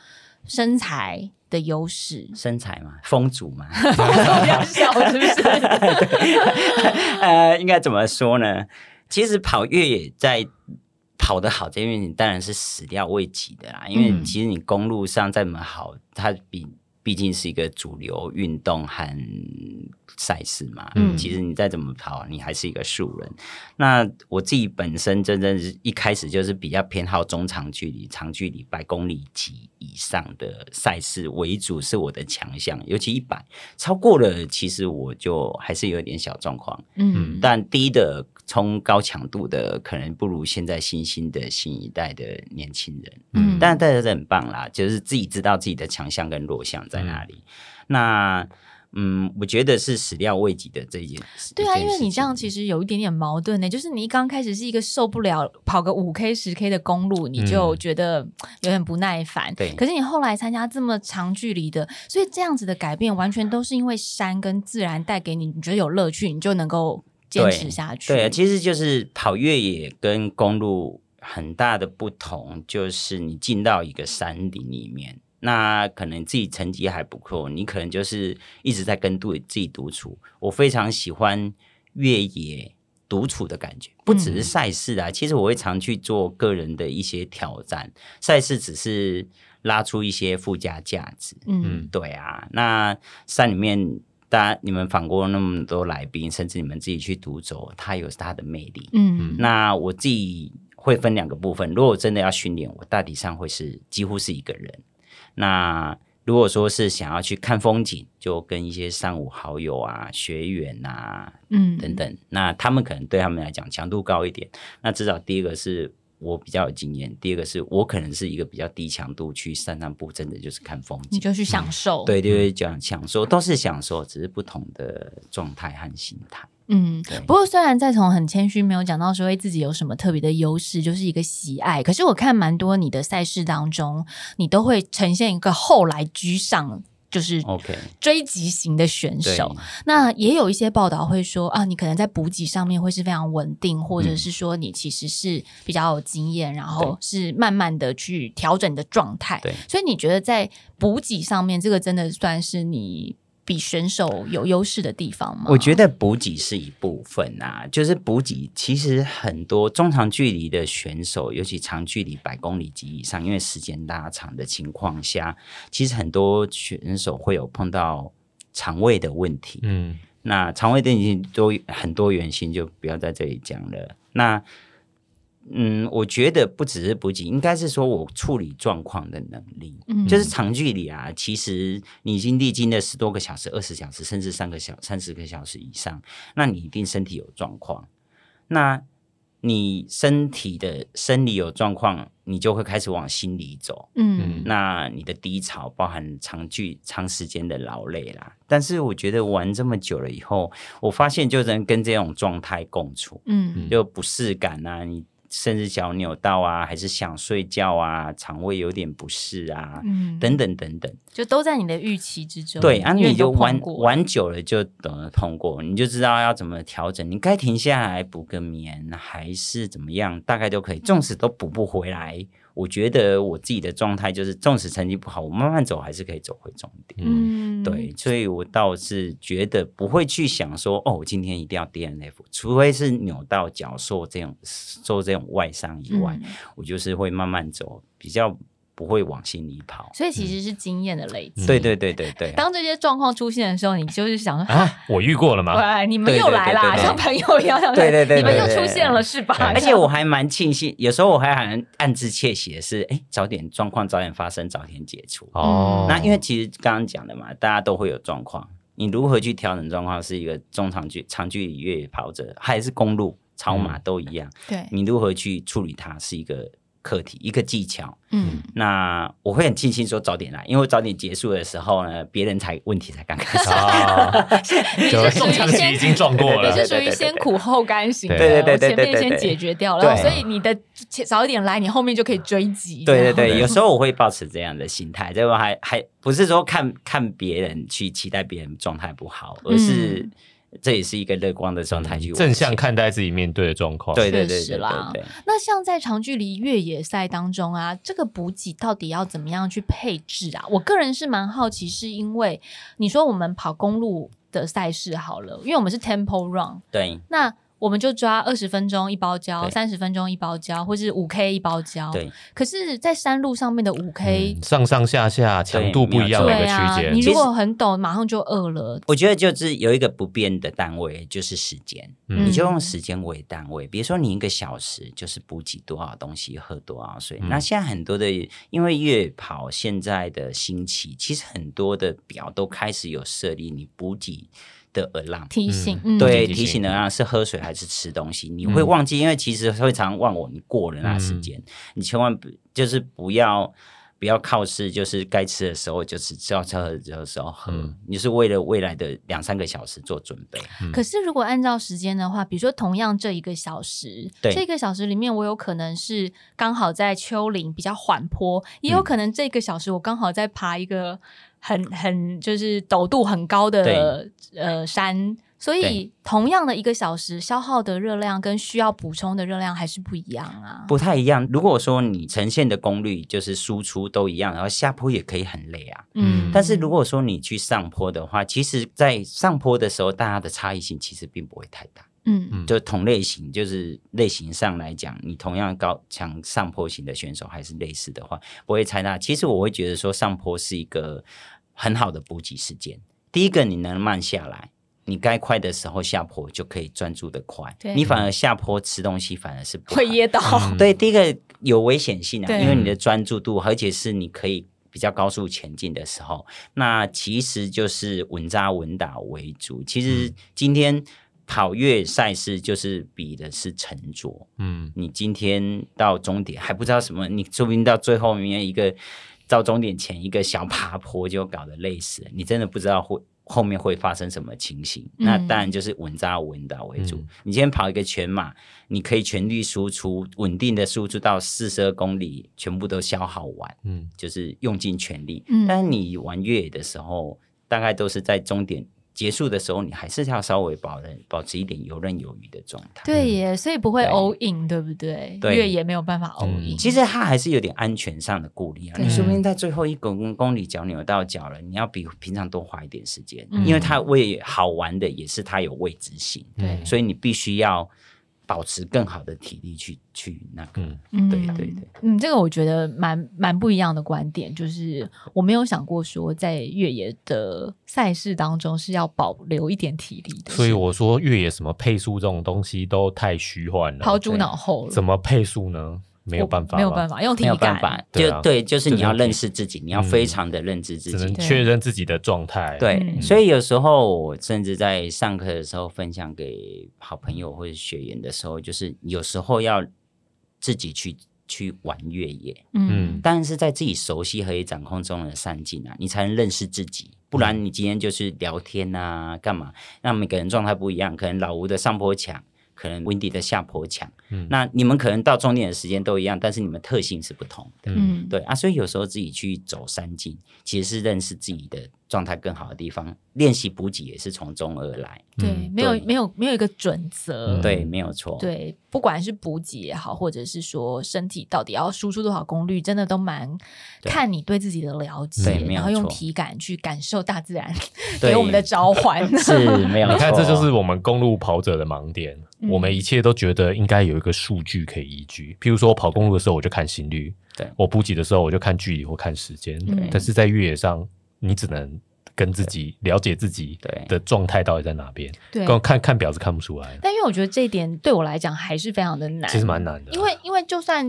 S2: 身材的优势
S1: 身材嘛，风阻嘛，
S2: 不要笑，是不是？
S1: 呃，应该怎么说呢？其实跑越野在跑得好这件事情，当然是始料未及的啦。因为
S2: 嗯
S1: 其实你公路上再怎么好，它比毕竟是一个主流运动和赛事嘛。
S2: 嗯
S1: 其实你再怎么跑，你还是一个素人。那我自己本身真正是一开始就是比较偏好中长距离、长距离百公里及以上的赛事为主，是我的强项。尤其一百超过了，其实我就还是有点小状况。
S2: 嗯，
S1: 但低的冲高强度的，可能不如现在新兴的新一代的年轻人。
S2: 嗯
S1: 但大家都很棒啦，就是自己知道自己的强项跟弱项在哪里。那嗯，我觉得是始料未及的这一件。
S2: 对啊，因为你这样其
S1: 实
S2: 实有一点点矛盾呢、就是你一刚开始是一个受不了跑个五 K、十 K 的公路，你就
S3: 嗯
S2: 觉得嗯有点不耐烦。
S1: 对
S2: 可是你后来参加这么长距离的，所以这样子的改变完全都是因为山跟自然带给你，你觉得有乐趣，你就能够坚持下去。
S1: 对啊，其实就是跑越野跟公路很大的不同，就是你进到一个山林里面。那可能自己成绩还不错，你可能就是一直在跟独自己独处。我非常喜欢越野独处的感觉，不只是赛事啊。其实我会常去做个人的一些挑战，赛事只是拉出一些附加价值。
S2: 嗯
S1: 对啊，那山里面，大家你们访过那么多来宾，甚至你们自己去独走，它有它的魅力。
S2: 嗯
S1: 那我自己会分两个部分，如果真的要训练，我大体上会是几乎是一个人。那如果说是想要去看风景，就跟一些三五好友啊、学员啊
S2: 嗯
S1: 等，等，那他们可能对他们来讲强度高一点。那至少第一个是我比较有经验，第二个是我可能是一个比较低强度去散散步，真的就是看风景
S2: 你。就去享受。，
S1: 对对对，讲享受都是享受，只是不同的状态和心态。
S2: 嗯
S1: 对。
S2: 不过虽然在从很谦虚，没有讲到说哎自己有什么特别的优势，就是一个喜爱。可是我看蛮多你的赛事当中，你都会呈现一个后来居上，就是。
S1: OK，
S2: 追击型的选
S1: 哦 对，
S2: 手，那也有一些报道会说啊，你可能在补给上面会是非常稳定，或
S1: 嗯
S2: 者是说你其实是比较有经验，然后是慢慢的去调整你的状态。
S1: 对
S2: 所以你觉得在补给上面，这个真的算是你比选手有优势的地方吗？
S1: 我觉
S2: 得，
S1: 得补给是一部分啊，就是补给其实很多中长距离的选手，尤其长距离百公里及以上，因为时间拉长的情况下，其实很多选手会有碰到肠胃的问题。
S3: 嗯，
S1: 那肠胃的已经多很多原因，就不要在这里讲了。那嗯，我觉得不只是补给，应该是说我处理状况的能力。
S2: 嗯
S1: 就是长距离啊，其实你已经历经了十多个小时、二十小时，甚至三个小、三十个小时以上，那你一定身体有状况。那你身体的生理有状况，你就会开始往心里走。
S2: 嗯
S1: 那你的低潮包含长距长时间的劳累啦。但是我觉得玩这么久了以后，我发现就能跟这种状态共处，
S2: 嗯
S1: 就不适感啊，你甚至脚扭到啊，还是想睡觉啊，肠胃有点不适啊。
S2: 嗯
S1: 等等等等，
S2: 就都在你的预期之中。
S1: 对，啊，
S2: 因为
S1: 你就
S2: 都碰
S1: 玩
S2: 过，
S1: 玩久了就懂得通过，你就知道要怎么调整，你该停下来补个眠，还是怎么样，大概都可以。纵使都补不回来，我觉得我自己的状态就是，纵使成绩不好，我慢慢走还是可以走回终点。
S3: 嗯
S2: 嗯，
S1: 对，所以我倒是觉得不会去想说，哦，我今天一定要 DNF，除非是扭到脚受这种受这种外伤以
S2: 嗯，
S1: 外，我就是会慢慢走，比较不会往心里跑。
S2: 所以其实是经验的累积。
S1: 嗯对对对对对，
S2: 当这些状况出现的时候，你就是想说。
S3: 啊，我遇过了吗？
S2: 喂，你们又来啦，
S1: 对对对对对
S2: 像朋友一样，像
S1: 对对对对
S2: 你们又
S1: 对对
S2: 出
S1: 对
S2: 现了是吧？
S1: 而且我还蛮庆幸，有时候我还很暗自窃喜的是，哎，早点状况早点发生，早点解除。
S3: 哦，
S1: 那因为其实刚刚讲的嘛，大家都会有状况，你如何去调整状况，是一个中长距长距离越野跑者，还是公路超马都一样，
S2: 对，
S1: 你如何去处理它是一个课题，一个技巧。
S2: 嗯，
S1: 那我会很庆幸说早点来，因为早点结束的时候呢，别人才问题才刚开始。
S3: 啊，
S2: 嗯你
S3: 就是中
S2: 属
S3: 长
S2: 于
S3: 期已
S2: 先。
S3: 经撞过
S2: 你
S3: 了
S2: 是，属于先苦后甘型的，
S1: 对对对对对
S2: 我前面
S1: 对对
S2: 先
S1: 对
S2: 解决掉，然后所
S1: 对
S2: 以你的前早一点来，你后面就可以追击。
S1: 对对
S2: 这样
S1: 对，有时候我会保持这样的心态，这个还还不是说看看别人去期待别人状态不好，而是、
S2: 嗯
S1: 这也是一个乐观的状态去往前
S3: 嗯正向。看待自己面对的状况。
S1: 对对对
S2: 确
S1: 对
S2: 实
S1: 对
S2: 啦
S1: 对对，
S2: 那像在长距离越野赛当中啊，这个补给到底要怎么样去配置啊？我个人是蛮好奇，是因为你说我们跑公路的赛事好了，因为我们是 tempo run，
S1: 对
S2: 那我们就抓二十分钟一包胶，
S1: 对
S2: 三十分钟一包胶，或是五 K 一包胶。
S1: 对，
S2: 可是，在山路上面的五 K，、
S3: 嗯上上下下强度不一样，
S1: 对
S3: 每
S2: 对
S3: 个区
S2: 啊，
S3: 间
S2: 你。
S1: 其
S2: 如
S1: 实
S2: 果很陡，马上就饿了。
S1: 我觉得就是有一个不变的单位，就是时间，
S3: 嗯
S1: 你就用时间为单位。比如说你一个小时就是补给多少东西，喝多少水。
S3: 嗯
S1: 那现在很多的，因为越野跑现在的兴起，其实很多的表都开始有设立你补给的 alarm。
S2: 提醒，嗯，
S1: 对，
S3: 提
S1: 提
S3: 醒
S1: 醒人啊，是喝水还是吃东西，你会忘记，因为其实会常忘我，你过了那时间，你千万不就是不要不要靠是，就是该吃的时候就吃，要吃喝的时候喝，
S3: 嗯
S1: 你是为了未来的两三个小时做准备。
S2: 可是如果按照时间的话，比如说同样这一个小时，
S1: 对
S2: 这个小时里面，我有可能是刚好在丘陵比较缓坡，也
S1: 嗯
S2: 有可能这个小时我刚好在爬一个很很就是陡度很高的呃山。所以，
S1: 对
S2: 同样的一个小时，消耗的热量跟需要补充的热量还是不一样啊。
S1: 不太一样。如果说你呈现的功率就是输出都一样，然后下坡也可以很累啊。
S3: 嗯
S1: 但是如果说你去上坡的话，其实，在上坡的时候，大家的差异性其实并不会太大。
S2: 嗯
S3: 嗯
S1: 就同类型，就是类型上来讲，你同样高强上坡型的选手还是类似的话，不会太大。其实我会觉得说，上坡是一个很好的补给时间。第一个，你能慢下来，你该快的时候下坡就可以专注的快
S2: 对，
S1: 你反而下坡吃东西反而是不好
S2: 会噎到，
S3: 嗯
S1: 对，第一个有危险性啊，
S2: 对
S1: 因为你的专注度，而且是你可以比较高速前进的时候，那其实就是稳扎稳打为主。其实今天跑越野赛事就是比的是沉着，
S3: 嗯，
S1: 你今天到终点还不知道什么，你说不定到最后面一个到终点前一个小爬坡就搞得累死了，你真的不知道会。后面会发生什么情形？
S2: 嗯
S1: 那当然就是稳扎稳打为主。
S3: 嗯
S1: 你今天跑一个全马，你可以全力输出，稳定的输出到四十二公里，全部都消耗完，
S3: 嗯
S1: 就是用尽全力。
S2: 嗯
S1: 但是你玩越野的时候，大概都是在终点结束的时候，你还是要稍微保人保持一点游刃有余的状态。
S2: 对耶，所以不会
S1: 对
S2: all in，对不对？
S1: 对
S2: 越野没有办法 all
S3: 嗯
S2: in，
S1: 其实它还是有点安全上的顾虑啊。
S2: 对
S1: 你说不定在最后一公公里脚扭到脚了，你要比平常多花一点时间，
S2: 嗯
S1: 因为它为好玩的也是它有未知性，
S2: 对
S1: 所以你必须要保持更好的体力去去那个。
S3: 嗯
S2: 嗯
S1: 对对对，
S2: 嗯，这个我觉得蛮蛮不一样的观点，就是我没有想过说在越野的赛事当中是要保留一点体力的，
S3: 所以我说越野什么配速这种东西都太虚幻了，
S2: 抛诸脑后了，
S3: 怎么配速呢？没有办法，
S2: 没有办
S3: 法，
S2: 法用体
S1: 没有办
S2: 感，
S1: 法，
S3: 对啊
S1: 就对，就是你要
S3: 这种
S1: 认识自己，你要非常的认知自
S3: 只能
S1: 己。
S2: 对
S3: 确认自己的状态。
S1: 对，
S2: 嗯
S1: 所以有时候我甚至在上课的时候分享给好朋友或者学员的时候，就是有时候要自己去去玩越野，
S2: 嗯
S1: 当然是在自己熟悉和掌控中的善尽啊，你才能认识自己。不
S3: 嗯
S1: 然你今天就是聊天啊，干嘛？那每个人状态不一样，可能老吴的上坡强，可能 Wendy 的下坡强。
S3: 嗯
S1: 那你们可能到终点的时间都一样，但是你们特性是不同的。
S2: 嗯，
S1: 对啊，所以有时候自己去走山径，其实是认识自己的状态更好的地方。练习补给也是从中而来，
S2: 对，没有
S1: 对
S2: 没有没有一个准则，
S3: 嗯
S1: 对，没有错。，
S2: 对，不管是补给也好，或者是说身体到底要输出多少功率，真的都蛮
S1: 对
S2: 看你对自己的了
S1: 对
S2: 解，
S1: 没有
S2: 然后用
S1: 错
S2: 体感去感受大自然
S1: 对
S2: 给我们的召唤。
S1: 是没有错。
S3: 你看，这就是我们公路跑者的盲点。
S2: 嗯
S3: 我们一切都觉得应该有一个数据可以依据，譬如说我跑公路的时候，我就看心率；
S1: 对
S3: 我补给的时候，我就看距离或看时间。
S2: 嗯
S3: 但是在越野上，你只能跟自己了解自己
S1: 对
S3: 的状态到底在哪边，
S2: 对，
S3: 光看看表是看不出来的，
S2: 但因为我觉得这一点对我来讲还是非常的难，
S3: 其实蛮难的。啊
S2: 因为因为就算。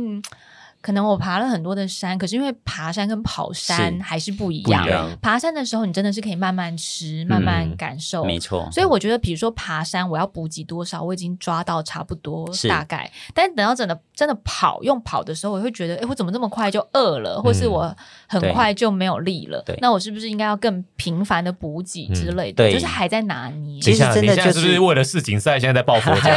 S2: 可能我爬了很多的山，可是因为爬山跟跑山
S1: 是
S2: 还是不一
S3: 不一
S2: 样。
S3: 样
S2: 爬山的时候，你真的是可以慢慢吃，慢慢
S3: 嗯
S2: 感受，
S1: 没错。
S2: 所以我觉得，比如说爬山，我要补给多少，我已经抓到差不多
S1: 是
S2: 大概。但等到真的真的跑用跑的时候，我会觉得，哎，我怎么这么快就饿了，或是我很
S1: 对
S2: 快就没有力了
S1: 对？
S2: 那我是不是应该要更频繁的补给之
S3: 嗯
S2: 类的？
S1: 对
S2: 就是还在拿捏。
S1: 其实
S3: 等一下
S1: 真的
S3: 你现在
S1: 就是
S3: 是不是为了世锦赛现在在 抱佛脚？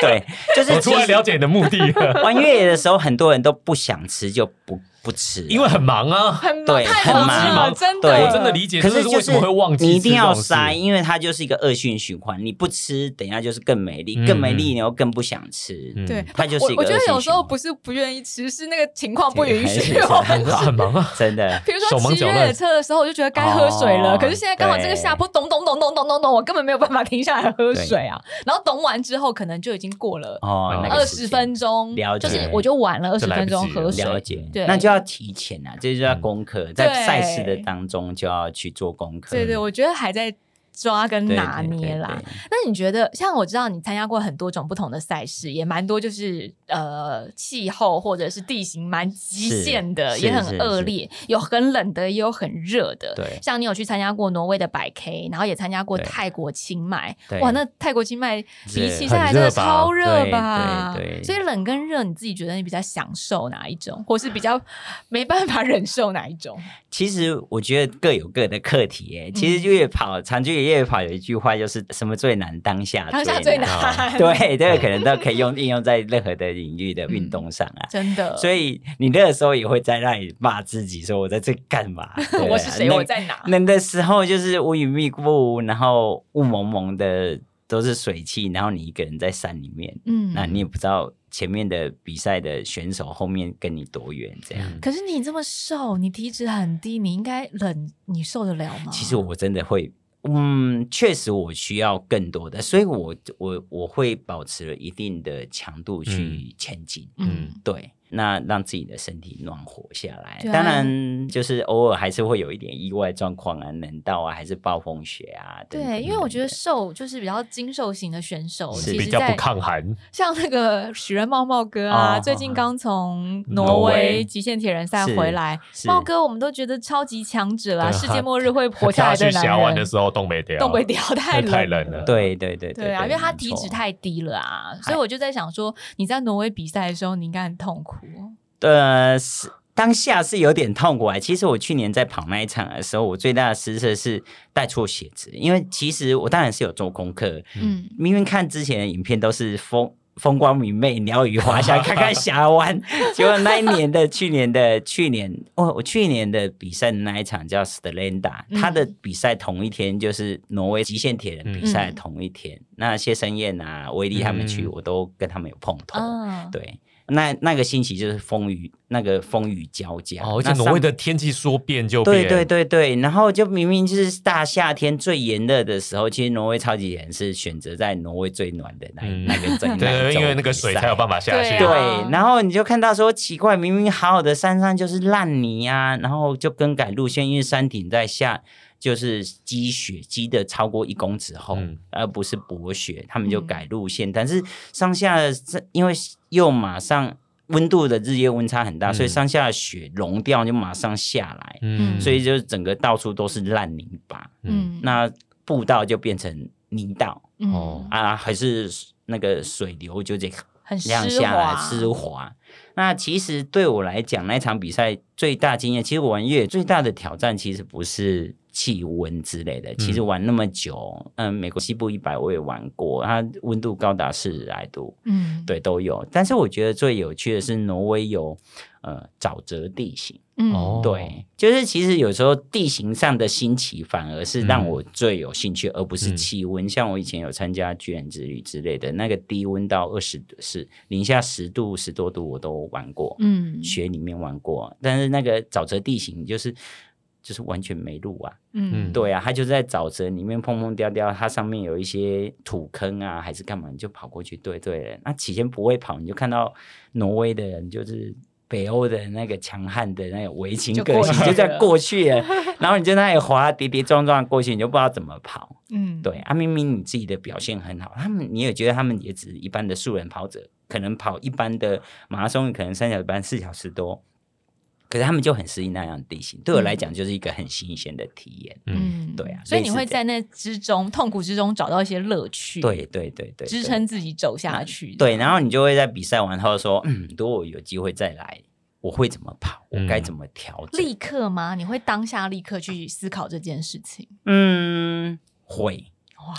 S1: 对，就是
S3: 我突
S1: 其
S3: 然
S1: 实
S3: 了解你的目的 了，
S1: 玩越野的时候，很多人都不想吃就不不吃了，
S3: 因为很忙啊。
S2: 很忙
S1: 对
S2: 太
S1: 很
S2: 忙了，
S1: 忙
S2: 真的，
S1: 对
S3: 我真的理解，
S1: 可
S3: 这
S1: 就
S3: 为什么会忘记
S1: 你一
S3: 吃
S1: 定
S3: 这
S1: 要
S3: 种事
S1: 塞，因为它就是一个恶性循环。你不吃，等一下就是更没力，
S3: 嗯
S1: 更没力，你又更不想吃。
S3: 嗯
S2: 对，
S1: 它就是一个
S2: 我我觉得
S1: 恶性
S2: 有时
S1: 循
S2: 候
S1: 环
S2: 不是不愿意吃，是那个情况不允许
S1: 对
S2: 我们
S1: 很
S3: 很忙啊。
S1: 真的
S2: 比如
S3: 手
S2: 说
S3: 忙
S2: 骑
S3: 脚
S2: 越
S3: 乱
S2: 野车的时候，我就觉得该喝水了，
S1: 哦
S2: 可是现在刚好这个下坡，咚咚咚咚咚咚咚，我根本没有办法停下来喝水啊。然后咚完之后，可能就已经过了
S1: 哦，那
S3: 嗯
S2: 二
S1: 个时
S2: 十
S1: 间
S2: 分钟，
S1: 了解
S2: 就是我就晚了二十
S3: 就来
S2: 分
S3: 不及
S2: 钟喝
S3: 了
S2: 水
S1: 了。解，
S2: 对嗯
S1: 那就要提前啊，这就要功课，在
S2: 对
S1: 赛事的当中就要去做功课。
S2: 对对，我觉得还在抓跟
S1: 对
S2: 拿捏啦。，那你觉得，像我知道你参加过很多种不同的赛事，也蛮多，就是呃气候或者是地形蛮极限的，
S1: 是
S2: 也
S1: 是
S2: 很
S1: 是
S2: 恶劣，有很冷的，也有很热的。
S1: 对
S2: 像你有去参加过挪威的百 K，然后也参加过
S1: 对
S2: 泰国清迈，
S1: 对
S2: 哇，那泰国清迈比
S1: 热
S2: 起下来真的超热吧？
S1: 很热吧对对对
S2: 所以冷跟热，你自己觉得你比较享受哪一种，或是比较没办法忍受哪一种？
S1: 其实我觉得各有各的课题耶。
S2: 嗯
S1: 其实越野跑，长距离越野跑有一句话就是什么啊最难，当下
S2: 当下最 难，，
S1: 对，这个可能都可以用应用在任何的领域的运动上 啊。
S2: 真的。
S1: 所
S2: 以
S1: 以你那个时候也会在那里骂自己，说我在这干嘛？对不对 啊
S2: 我是谁？
S1: 那
S2: 我在哪？
S1: 那的时候就是乌云密布，然后雾蒙蒙的，都是水汽，然后你一个人在山里面，
S2: 嗯
S1: 那你也不知道前面的比赛的选手后面跟你多远，这样。
S3: 嗯
S2: 可是你这么瘦，你体脂很低，你应该冷，你受得了吗？
S1: 其实我真的会，嗯，确实我需要更多的，所以我我我会保持了一定的强度去前进。
S2: 嗯，
S1: 对，那让自己的身体暖和下来。
S2: 对啊
S1: 当然，就是偶尔还是会有一点意外状况啊，冷到啊，还是暴风雪啊。等等
S2: 对，因为我觉得
S1: 等
S2: 瘦就是比较精瘦型的选手，
S1: 是
S2: 其
S3: 比
S2: 实
S3: 较不
S2: 在
S3: 抗寒，
S2: 像那个许仁茂茂哥啊，
S1: 哦
S2: 最近刚从
S3: 挪
S2: 挪
S1: 威
S2: 威极限铁人赛
S1: 是
S2: 回来，
S1: 等是
S2: 茂哥我们都觉得超级强者啊，
S3: 对啊
S2: 世界末日会活下
S3: 他
S2: 来
S3: 去峡
S2: 男
S3: 湾的
S2: 人，
S3: 时候冻没掉，
S2: 东北屌太冷
S3: 太冷了
S1: 对对对
S2: 对啊，因为他
S1: 没
S2: 体
S1: 错
S2: 脂太低了啊，所以我就在想说，你在挪威比赛的时候，你应该很痛苦。
S1: 呃是。当下是有点痛苦啊！其实我去年在跑那一场的时候，我最大的失策是带错鞋子，因为其实我当然是有做功课，
S2: 嗯，
S1: 明明看之前的影片都是风风光明媚、鸟语花 香，看看峡湾，结果那一年的、去年的、去年哦，我去年的比赛的那一场叫 Stelenda，
S2: 嗯
S1: 他的比赛同一天就是挪威极限铁人比赛
S2: 嗯
S1: 同一天，那谢生燕啊、威力他们去，
S3: 嗯哦
S1: 我都跟他们有碰头。
S2: 啊，
S1: 对，那那个星期就是风雨，那个风雨交加。
S3: 哦，而且
S1: 那上
S3: 挪威的天气说变就变，
S1: 对对对对，然后就明明就是大夏天最炎热的时候，其实挪威超级炎是选择在挪威最暖的那、
S3: 嗯
S1: 那 个最暖
S3: 对对
S1: 的
S3: 对，因为那个水才有办法下去，
S2: 对
S1: 对
S2: 啊，
S1: 然后你就看到说奇怪，明明好好的山上就是烂泥啊，然后就更改路线，因为山顶在下就是积雪，积的超过一公尺厚，
S3: 嗯
S1: 而不是薄雪，他们就
S2: 嗯
S1: 改路线。但是上下的这因为又马上温度的日夜温差很大，所以
S3: 嗯
S1: 上下的雪融掉就马上下来，
S2: 嗯
S1: 所以就是整个到处都是烂泥巴，
S2: 嗯，
S1: 那步道就变成泥道
S2: 嗯
S3: 哦
S1: 啊，还是那个水流就这样
S2: 很
S1: 这
S2: 湿
S1: 样下来
S2: 滑，
S1: 湿滑。那其实对我来讲，那一场比赛最大经验，其实我玩越野最大的挑战其实不是气温之类的，其实玩那么久，嗯，美国西部一百我也玩过，它温度高达四十来度，
S2: 嗯，
S1: 对，都有。但是我觉得最有趣的是挪威有呃沼泽地形。
S2: 嗯，
S3: 哦
S1: 对，就是其实有时候地形上的新奇反而是让我最有兴趣，而不是气温。像我以前有参加巨人之旅之类的，那个低温到二十是零下十度、十多度我都玩过，
S2: 嗯，
S1: 雪里面玩过。但是那个沼泽地形就是就是完全没路啊，
S2: 嗯，
S3: 嗯
S1: 对啊，它就在沼泽里面碰碰掉掉，它上面有一些土坑啊，还是干嘛，你就跑过去对对了。那起先不会跑，你就看到挪威的人就是。北欧的那个强悍的那个维京
S2: 就
S1: 个
S2: 过
S1: 性
S2: 去
S1: 就在
S2: 了
S1: 过去 了，然后你就那里滑跌跌撞撞过去，你就不知道怎么跑。
S2: 嗯，
S1: 对，啊，明明你自己的表现很好，他们你也觉得他们也只是一般的素人跑者，可能跑一般的马拉松，可能三小时半、四小时多，可是他们就很适应那样的地形。对我来讲，就是一个很新鲜的体验。
S3: 嗯，
S2: 嗯，
S1: 对啊
S2: 所以
S1: 类
S2: 你
S1: 似
S2: 会
S1: 这样
S2: 在那之中痛苦之中找到一些乐趣，
S1: 对对对对，对
S2: 支
S1: 嗯
S2: 撑自己走下去。
S1: 对，然后你就会在比赛完后说，嗯，如果我有机会再来，我会怎么跑，我该
S3: 嗯
S1: 怎么调整？
S2: 立刻吗？你会当下立刻去思考这件事情？
S1: 嗯，会，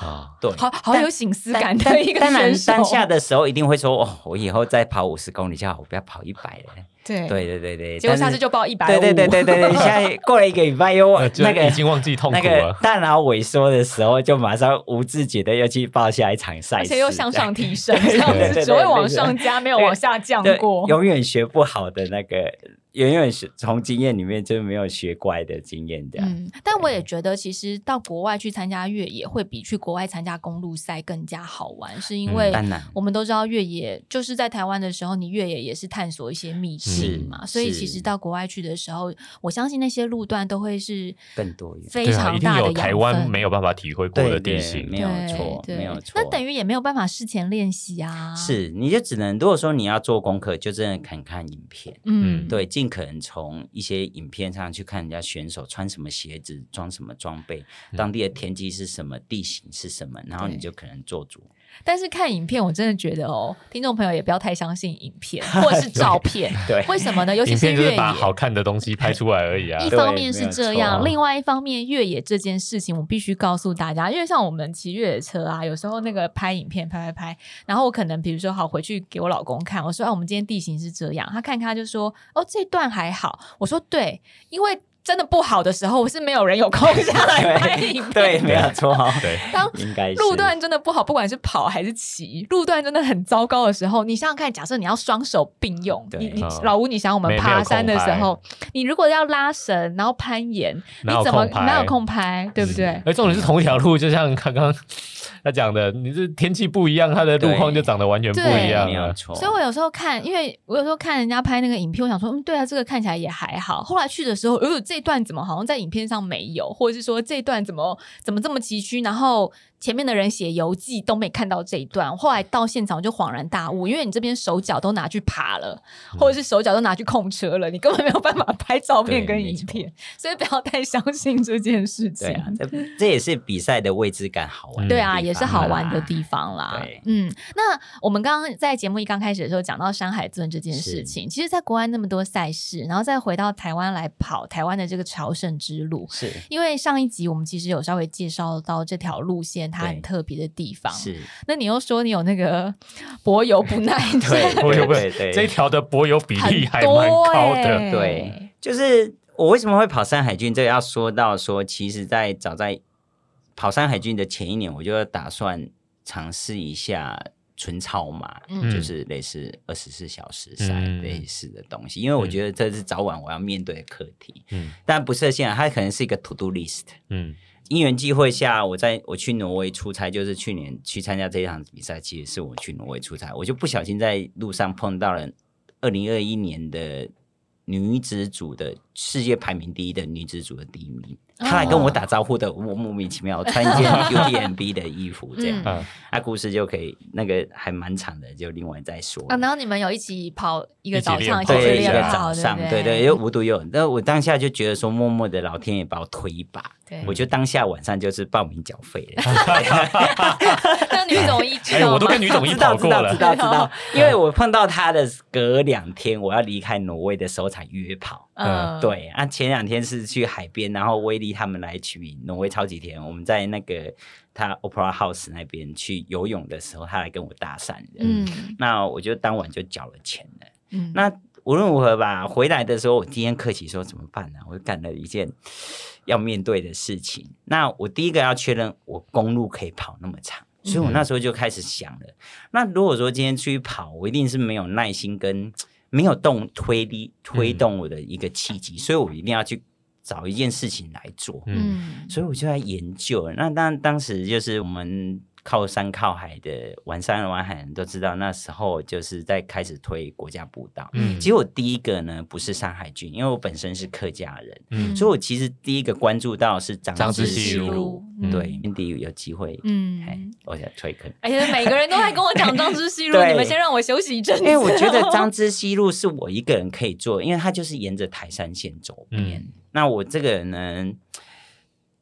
S3: 啊，
S1: 对。
S2: 好好
S1: 但
S2: 有醒思
S1: 但
S2: 感的
S1: 但
S2: 一个
S1: 当然
S2: 选，手。
S1: 当下的时候一定会说，哦，我以后再跑五十公里就好，我不要跑一百了。
S2: 对，
S1: 对对对对，
S2: 结果
S1: 但
S2: 下
S1: 是
S2: 次就报一百
S1: 对对对对对对，现在过了一个礼拜又
S3: 呃就
S1: 那个
S3: 已经忘记痛苦
S1: 那个
S3: 了，啊
S1: 大脑萎缩的时候，就马上无自觉的又去报下一场赛
S2: 而
S1: 事，
S2: 且又向上提升，
S1: 对
S2: 这样
S3: 对
S1: 对
S2: 子只会
S1: 对
S2: 往
S1: 对
S2: 上加，没有往下降
S1: 对，
S2: 过。
S1: 永远学不好的那个，永远学从经验里面就没有学乖的经验这样。
S2: 嗯，但我也觉得，其实到国外去参加越野，会比去国外参加公路赛更加好玩，是因
S3: 嗯
S2: 为
S1: 当然，
S2: 我们都知道越野，就是在台湾的时候，你越野也是探索一些秘境嘛，
S1: 是
S2: 所以其
S1: 是
S2: 实到国外去的时候，我相信那些路段都会是
S1: 更多元
S2: 非
S3: 对啊，
S2: 常
S3: 一定
S2: 大的
S3: 有
S2: 养分。
S3: 台湾没有办法体会过
S1: 对
S3: 的地
S1: 对
S3: 形，
S1: 没有错
S2: 对
S1: 没有
S2: 对
S1: 错
S2: 那等于也没有办法事前练习啊。，
S1: 是，你就只能如果说你要做功课，就真的看看影片。
S2: 嗯，
S3: 嗯
S1: 对，尽可能从一些影片上去看人家选手穿什么鞋子、装什么装备，当地的天气是什么、地形是什么，然后你
S2: 对
S1: 就可能做主。
S2: 但是看影片，我真的觉得哦，听众朋友也不要太相信影 片或是照片，
S1: 对
S2: 为什么呢？尤其
S3: 影片就
S2: 越
S3: 是
S2: 野。
S3: 把好看的东西拍出来而已啊
S2: 一。
S1: 对
S2: 方面是这
S1: 没有
S2: 样，
S1: 错啊
S2: 另外一方面，越野这件事情，我必须告诉大家，因为像我们骑越野车啊，有时候那个拍影片拍拍拍，然后我可能比如说好回去给我老公看，我说啊，我们今天地形是这样，他看看他就说哦这段还好，我说对，因为。真的不好的时候，是没有人有空 下来拍影片。
S1: 对，没有错，哦
S3: 对，
S2: 当
S1: 应该是
S2: 路段真的不好，不管是跑还是骑，路段真的很糟糕的时候，你想想看，假设你要双手并用，
S1: 对
S2: 你你
S3: 嗯
S2: 老吴，你想我们
S3: 没
S2: 爬山的时
S3: 没有
S2: 候，你如果要拉绳，然后攀岩，你
S3: 哪有
S2: 怎么
S3: 空拍
S2: 哪有空拍，对不对？
S3: 而重点是同一条路，就像刚刚他讲的，你这天气不一样，它的路况就长得完全不一样啊
S1: 没有
S3: 了。
S1: 错。
S2: 所以我有时候看，因为我有时候看人家拍那个影片，我想说，嗯，对啊，这个看起来也还好。后来去的时候，呃，这一段怎么好像在影片上没有，或者是说这一段怎么怎么这么崎岖，然后前面的人写游记都没看到这一段。后来到现场我就恍然大悟，因为你这边手脚都拿去爬了，或者是手脚都拿去控车了，你根本没有办法拍照片跟
S1: 对没
S2: 影
S1: 错
S2: 片，所以不要太相信这件事情。
S1: 对啊，这这也是比赛的未知感好玩的
S2: 嗯对
S1: 嗯地方啦。
S2: 啊，也是好玩的地方啦
S1: 对。
S2: 嗯，那我们刚刚在节目一刚开始的时候讲到山海尊这件事情，其实，在国外那么多赛事，然后再回到台湾来跑台湾的这个朝圣之路，
S1: 是
S2: 因为上一集我们其实有稍微介绍到这条路线它很
S1: 对
S2: 特别的地方。
S1: 是，
S2: 那你又说你有那个 柏油不耐
S1: 对
S2: 症，
S3: 柏油不
S1: 对对对
S3: 这一条的柏油比例还
S2: 很多
S3: 蛮高
S2: 欸
S3: 的，
S1: 对，就是我为什么会跑山海郡，这个要说到说，其实在早在跑山海郡的前一年，我就打算尝试一下纯超马，
S2: 嗯
S1: 就是类似二十四小时赛
S3: 嗯
S1: 类似的东西，因为我觉得这是早晚我要面对的课题，
S3: 嗯
S1: 但不设限，啊它可能是一个 to do list。
S3: 嗯
S1: 因缘际会下，我在我去挪威出差，就是去年去参加这一场比赛，其实是我去挪威出差，我就不小心在路上碰到了二零二一年的女子组的世界排名第一的女子组的第一名。她来跟我打招呼的，我莫名其妙穿一件 UTMB 的衣服这样，
S2: 嗯
S1: 那、
S3: 啊
S1: 故事就可以那个还蛮长的，就另外再说了。
S2: 啊，然后你们有一起跑一个
S3: 一起
S2: 早上，
S3: 练
S2: 起
S3: 跑
S1: 对，一
S2: 练
S1: 个
S2: 跑
S1: 早上，
S2: 对
S1: 对
S2: 不
S1: 对，又无独有偶，那我当下就觉得说，默默的老天爷把我推一把，
S2: 对
S1: 我就当下晚上就是报名缴费了。
S2: 那女总一知
S3: 哎
S2: 道吗？
S3: 我都跟女总一
S1: 知道
S3: 跑
S1: 知
S3: 过
S1: 道
S3: 了
S1: 知，道知
S2: 哎
S1: 道，因为我碰到他的隔两天，我要离开挪威的时候才约跑。
S2: 嗯，
S1: 对啊，前两天是去海边，然后威力他们来去挪威超级甜，我们在那个他 Opera House 那边去游泳的时候，他来跟我搭讪的。
S2: 嗯
S1: 那我就当晚就缴了钱了。
S2: 嗯，
S1: 那无论如何吧，回来的时候，我今天克奇说怎么办呢、我就干了一件要面对的事情。那我第一个要确认，我公路可以跑那么长，所以我那时候就开始想了。那如果说今天出去跑，我一定是没有耐心跟没有动推力推动我的一个契机，所以我一定要去找一件事情来做。
S3: 嗯
S2: 嗯
S1: 所以我就在研究。那当当时就是我们靠山靠海的玩山玩海的人都知道，那时候就是在开始推国家步道。
S3: 嗯
S1: 其实我第一个呢不是山海郡，因为我本身是客家人，
S3: 嗯
S1: 所以我其实第一个关注到是长
S3: 长
S1: 治
S3: 治西
S1: 路。
S2: 路嗯
S1: 对，年底有机会，哎
S2: 嗯，，
S1: 我想推坑。
S2: 而且每个人都还跟我讲张之 溪路，
S1: 对
S2: 你们先让我休息一阵子。
S1: 因为我觉得张之溪路是我一个人可以做，因为它就是沿着台山线走边。
S3: 嗯
S1: 那我这个人呢，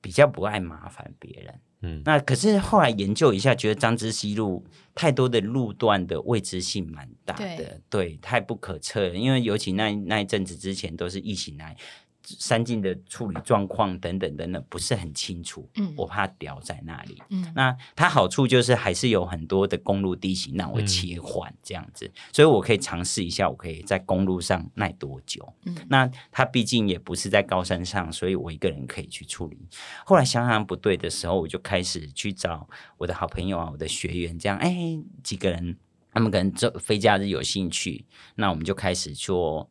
S1: 比较不爱麻烦别人，
S3: 嗯
S1: 那可是后来研究一下，觉得张之溪路太多的路段的未知性蛮大的，
S2: 对
S1: 对，太不可测了。因为尤其那那一阵子之前都是疫情来，三境的处理状况等等等等不是很清楚，
S2: 嗯
S1: 我怕屌在那里。
S2: 嗯
S1: 那它好处就是还是有很多的公路地形让我切换这样子，所以我可以尝试一下，我可以在公路上耐多久。
S2: 嗯
S1: 那它毕竟也不是在高山上，所以我一个人可以去处理。后来想想不对的时候，我就开始去找我的好朋友啊，我的学员，这样哎几个人，他们可能这非假日有兴趣，那我们就开始做。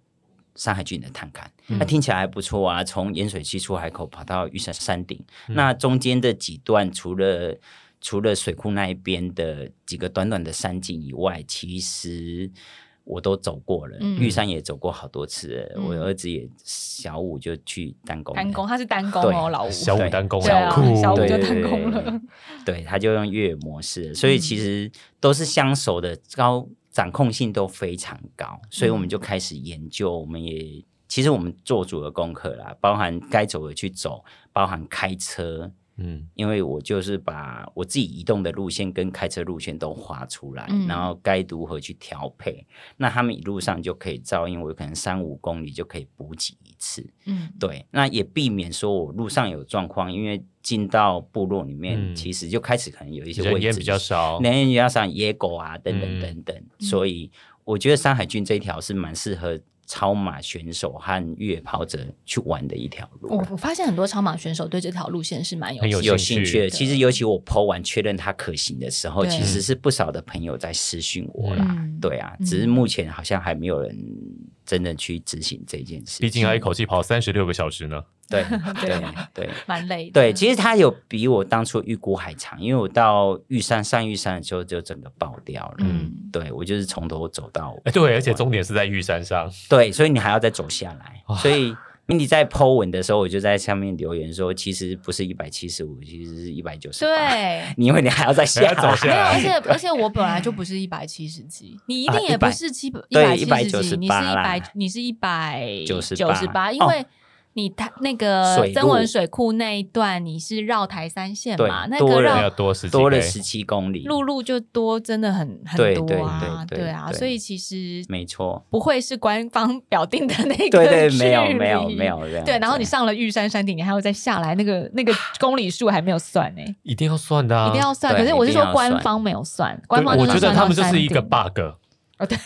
S1: 山海郡的探勘，
S2: 嗯
S1: 那听起来还不错啊。从盐水溪出海口跑到玉山山顶，
S2: 嗯
S1: 那中间的几段除了除了水库那一边的几个短短的山径以外，其实我都走过了，
S2: 嗯
S1: 玉山也走过好多次了
S2: 嗯
S1: 我儿子也小五就去单工了，
S2: 单工，他是单工
S1: 对
S2: 哦，老吴。
S3: 小五单工
S2: 对啊，
S3: 酷，
S2: 小五
S1: 对
S2: 就
S1: 对
S2: 单
S1: 对
S2: 工了。嗯
S1: 对，他就用越野模式了，所以其实都是相熟的，高掌控性都非常高，所以
S2: 嗯
S1: 我们就开始研究，我们也其实我们做足了功课啦，包含该走的去走，包含开车，
S3: 嗯
S1: 因为我就是把我自己移动的路线跟开车路线都画出来，
S2: 嗯
S1: 然后该如何去调配，那他们一路上就可以照应，我有可能三五公里就可以补给一次，
S2: 嗯
S1: 对，那也避免说我路上有状况，因为进到部落里面，
S3: 嗯
S1: 其实就开始可能有一些
S3: 人
S1: 位
S3: 烟
S1: 置
S3: 比较，少，
S1: 人烟比较少，野狗啊等等
S3: 嗯
S1: 等等，所以我觉得山海郡这一条是蛮适合超马选手和越野跑者去玩的一条路
S2: 我
S1: 了。
S2: 我发现很多超马选手对这条路线是蛮有
S3: 很有
S2: 兴
S1: 有
S3: 兴
S1: 兴
S3: 趣
S1: 趣的，
S2: 对
S1: 其实尤其我 PO 完确认它可行的时候，
S2: 对
S1: 其实是不少的朋友在私讯我啦。
S2: 嗯
S1: 对啊，
S2: 嗯
S1: 只是目前好像还没有人真的去执行这件事
S3: 毕
S1: 情。
S3: 竟要一口气跑三十六个小时呢。
S1: 对
S2: 对啊
S1: 对对
S2: 蛮累的。
S1: 对，其实它有比我当初预估还长，因为我到玉山上玉山的时候就整个爆掉了。
S2: 嗯
S1: 嗯，对我就是从头走到
S3: 哎，对，而且终点是在玉山上，
S1: 对，啊所以你还要再走下来。所以你在 Po 文的时候，我就在下面留言说，其实不是一百七十五，其实是一百九十。，。
S2: 对
S1: 因为 你还要再下
S3: 还要走下
S1: 来。
S2: 没有，
S3: 来
S2: 而且而且我本来就不是一百七十几，你一定
S1: 啊
S2: 也不
S1: 100
S2: 是七百
S1: 对
S2: 一百七十
S1: 198
S2: 几，你是一
S1: 啦
S2: 百，你是一百
S1: 98
S2: 八，因为你台那个
S1: 哦水路
S2: 曾文水库那一段你是绕台三线
S1: 对
S2: 嘛，那
S1: 多
S2: 个
S1: 了
S3: 要
S2: 绕
S3: 多十几
S1: 多了
S3: K
S1: 十七公里，
S2: 陆路就多，真的很很
S1: 对
S2: 多啊，
S1: 对对对
S2: 啊，
S1: 对
S2: 所以其实
S1: 没错。
S2: 不会是官方 表定的那个
S1: 对对，
S2: 距
S1: 没有没有
S2: 离
S1: 没有这样
S2: 对，然后
S1: 子
S2: 你上了玉山山顶，你还要再下来，那个那个公里数还没有算呢、
S3: 一定要算的啊，
S2: 一定要算。
S1: 对
S2: 可是我是
S1: 一定
S2: 说
S1: 要
S2: 官
S1: 算
S2: 方没有算，
S3: 对。
S2: 官方
S3: 我
S2: 就
S3: 觉得
S2: 算
S3: 他
S2: 到
S3: 们这
S2: 山
S3: 是一个
S2: 顶
S3: bug，
S2: 哦，对，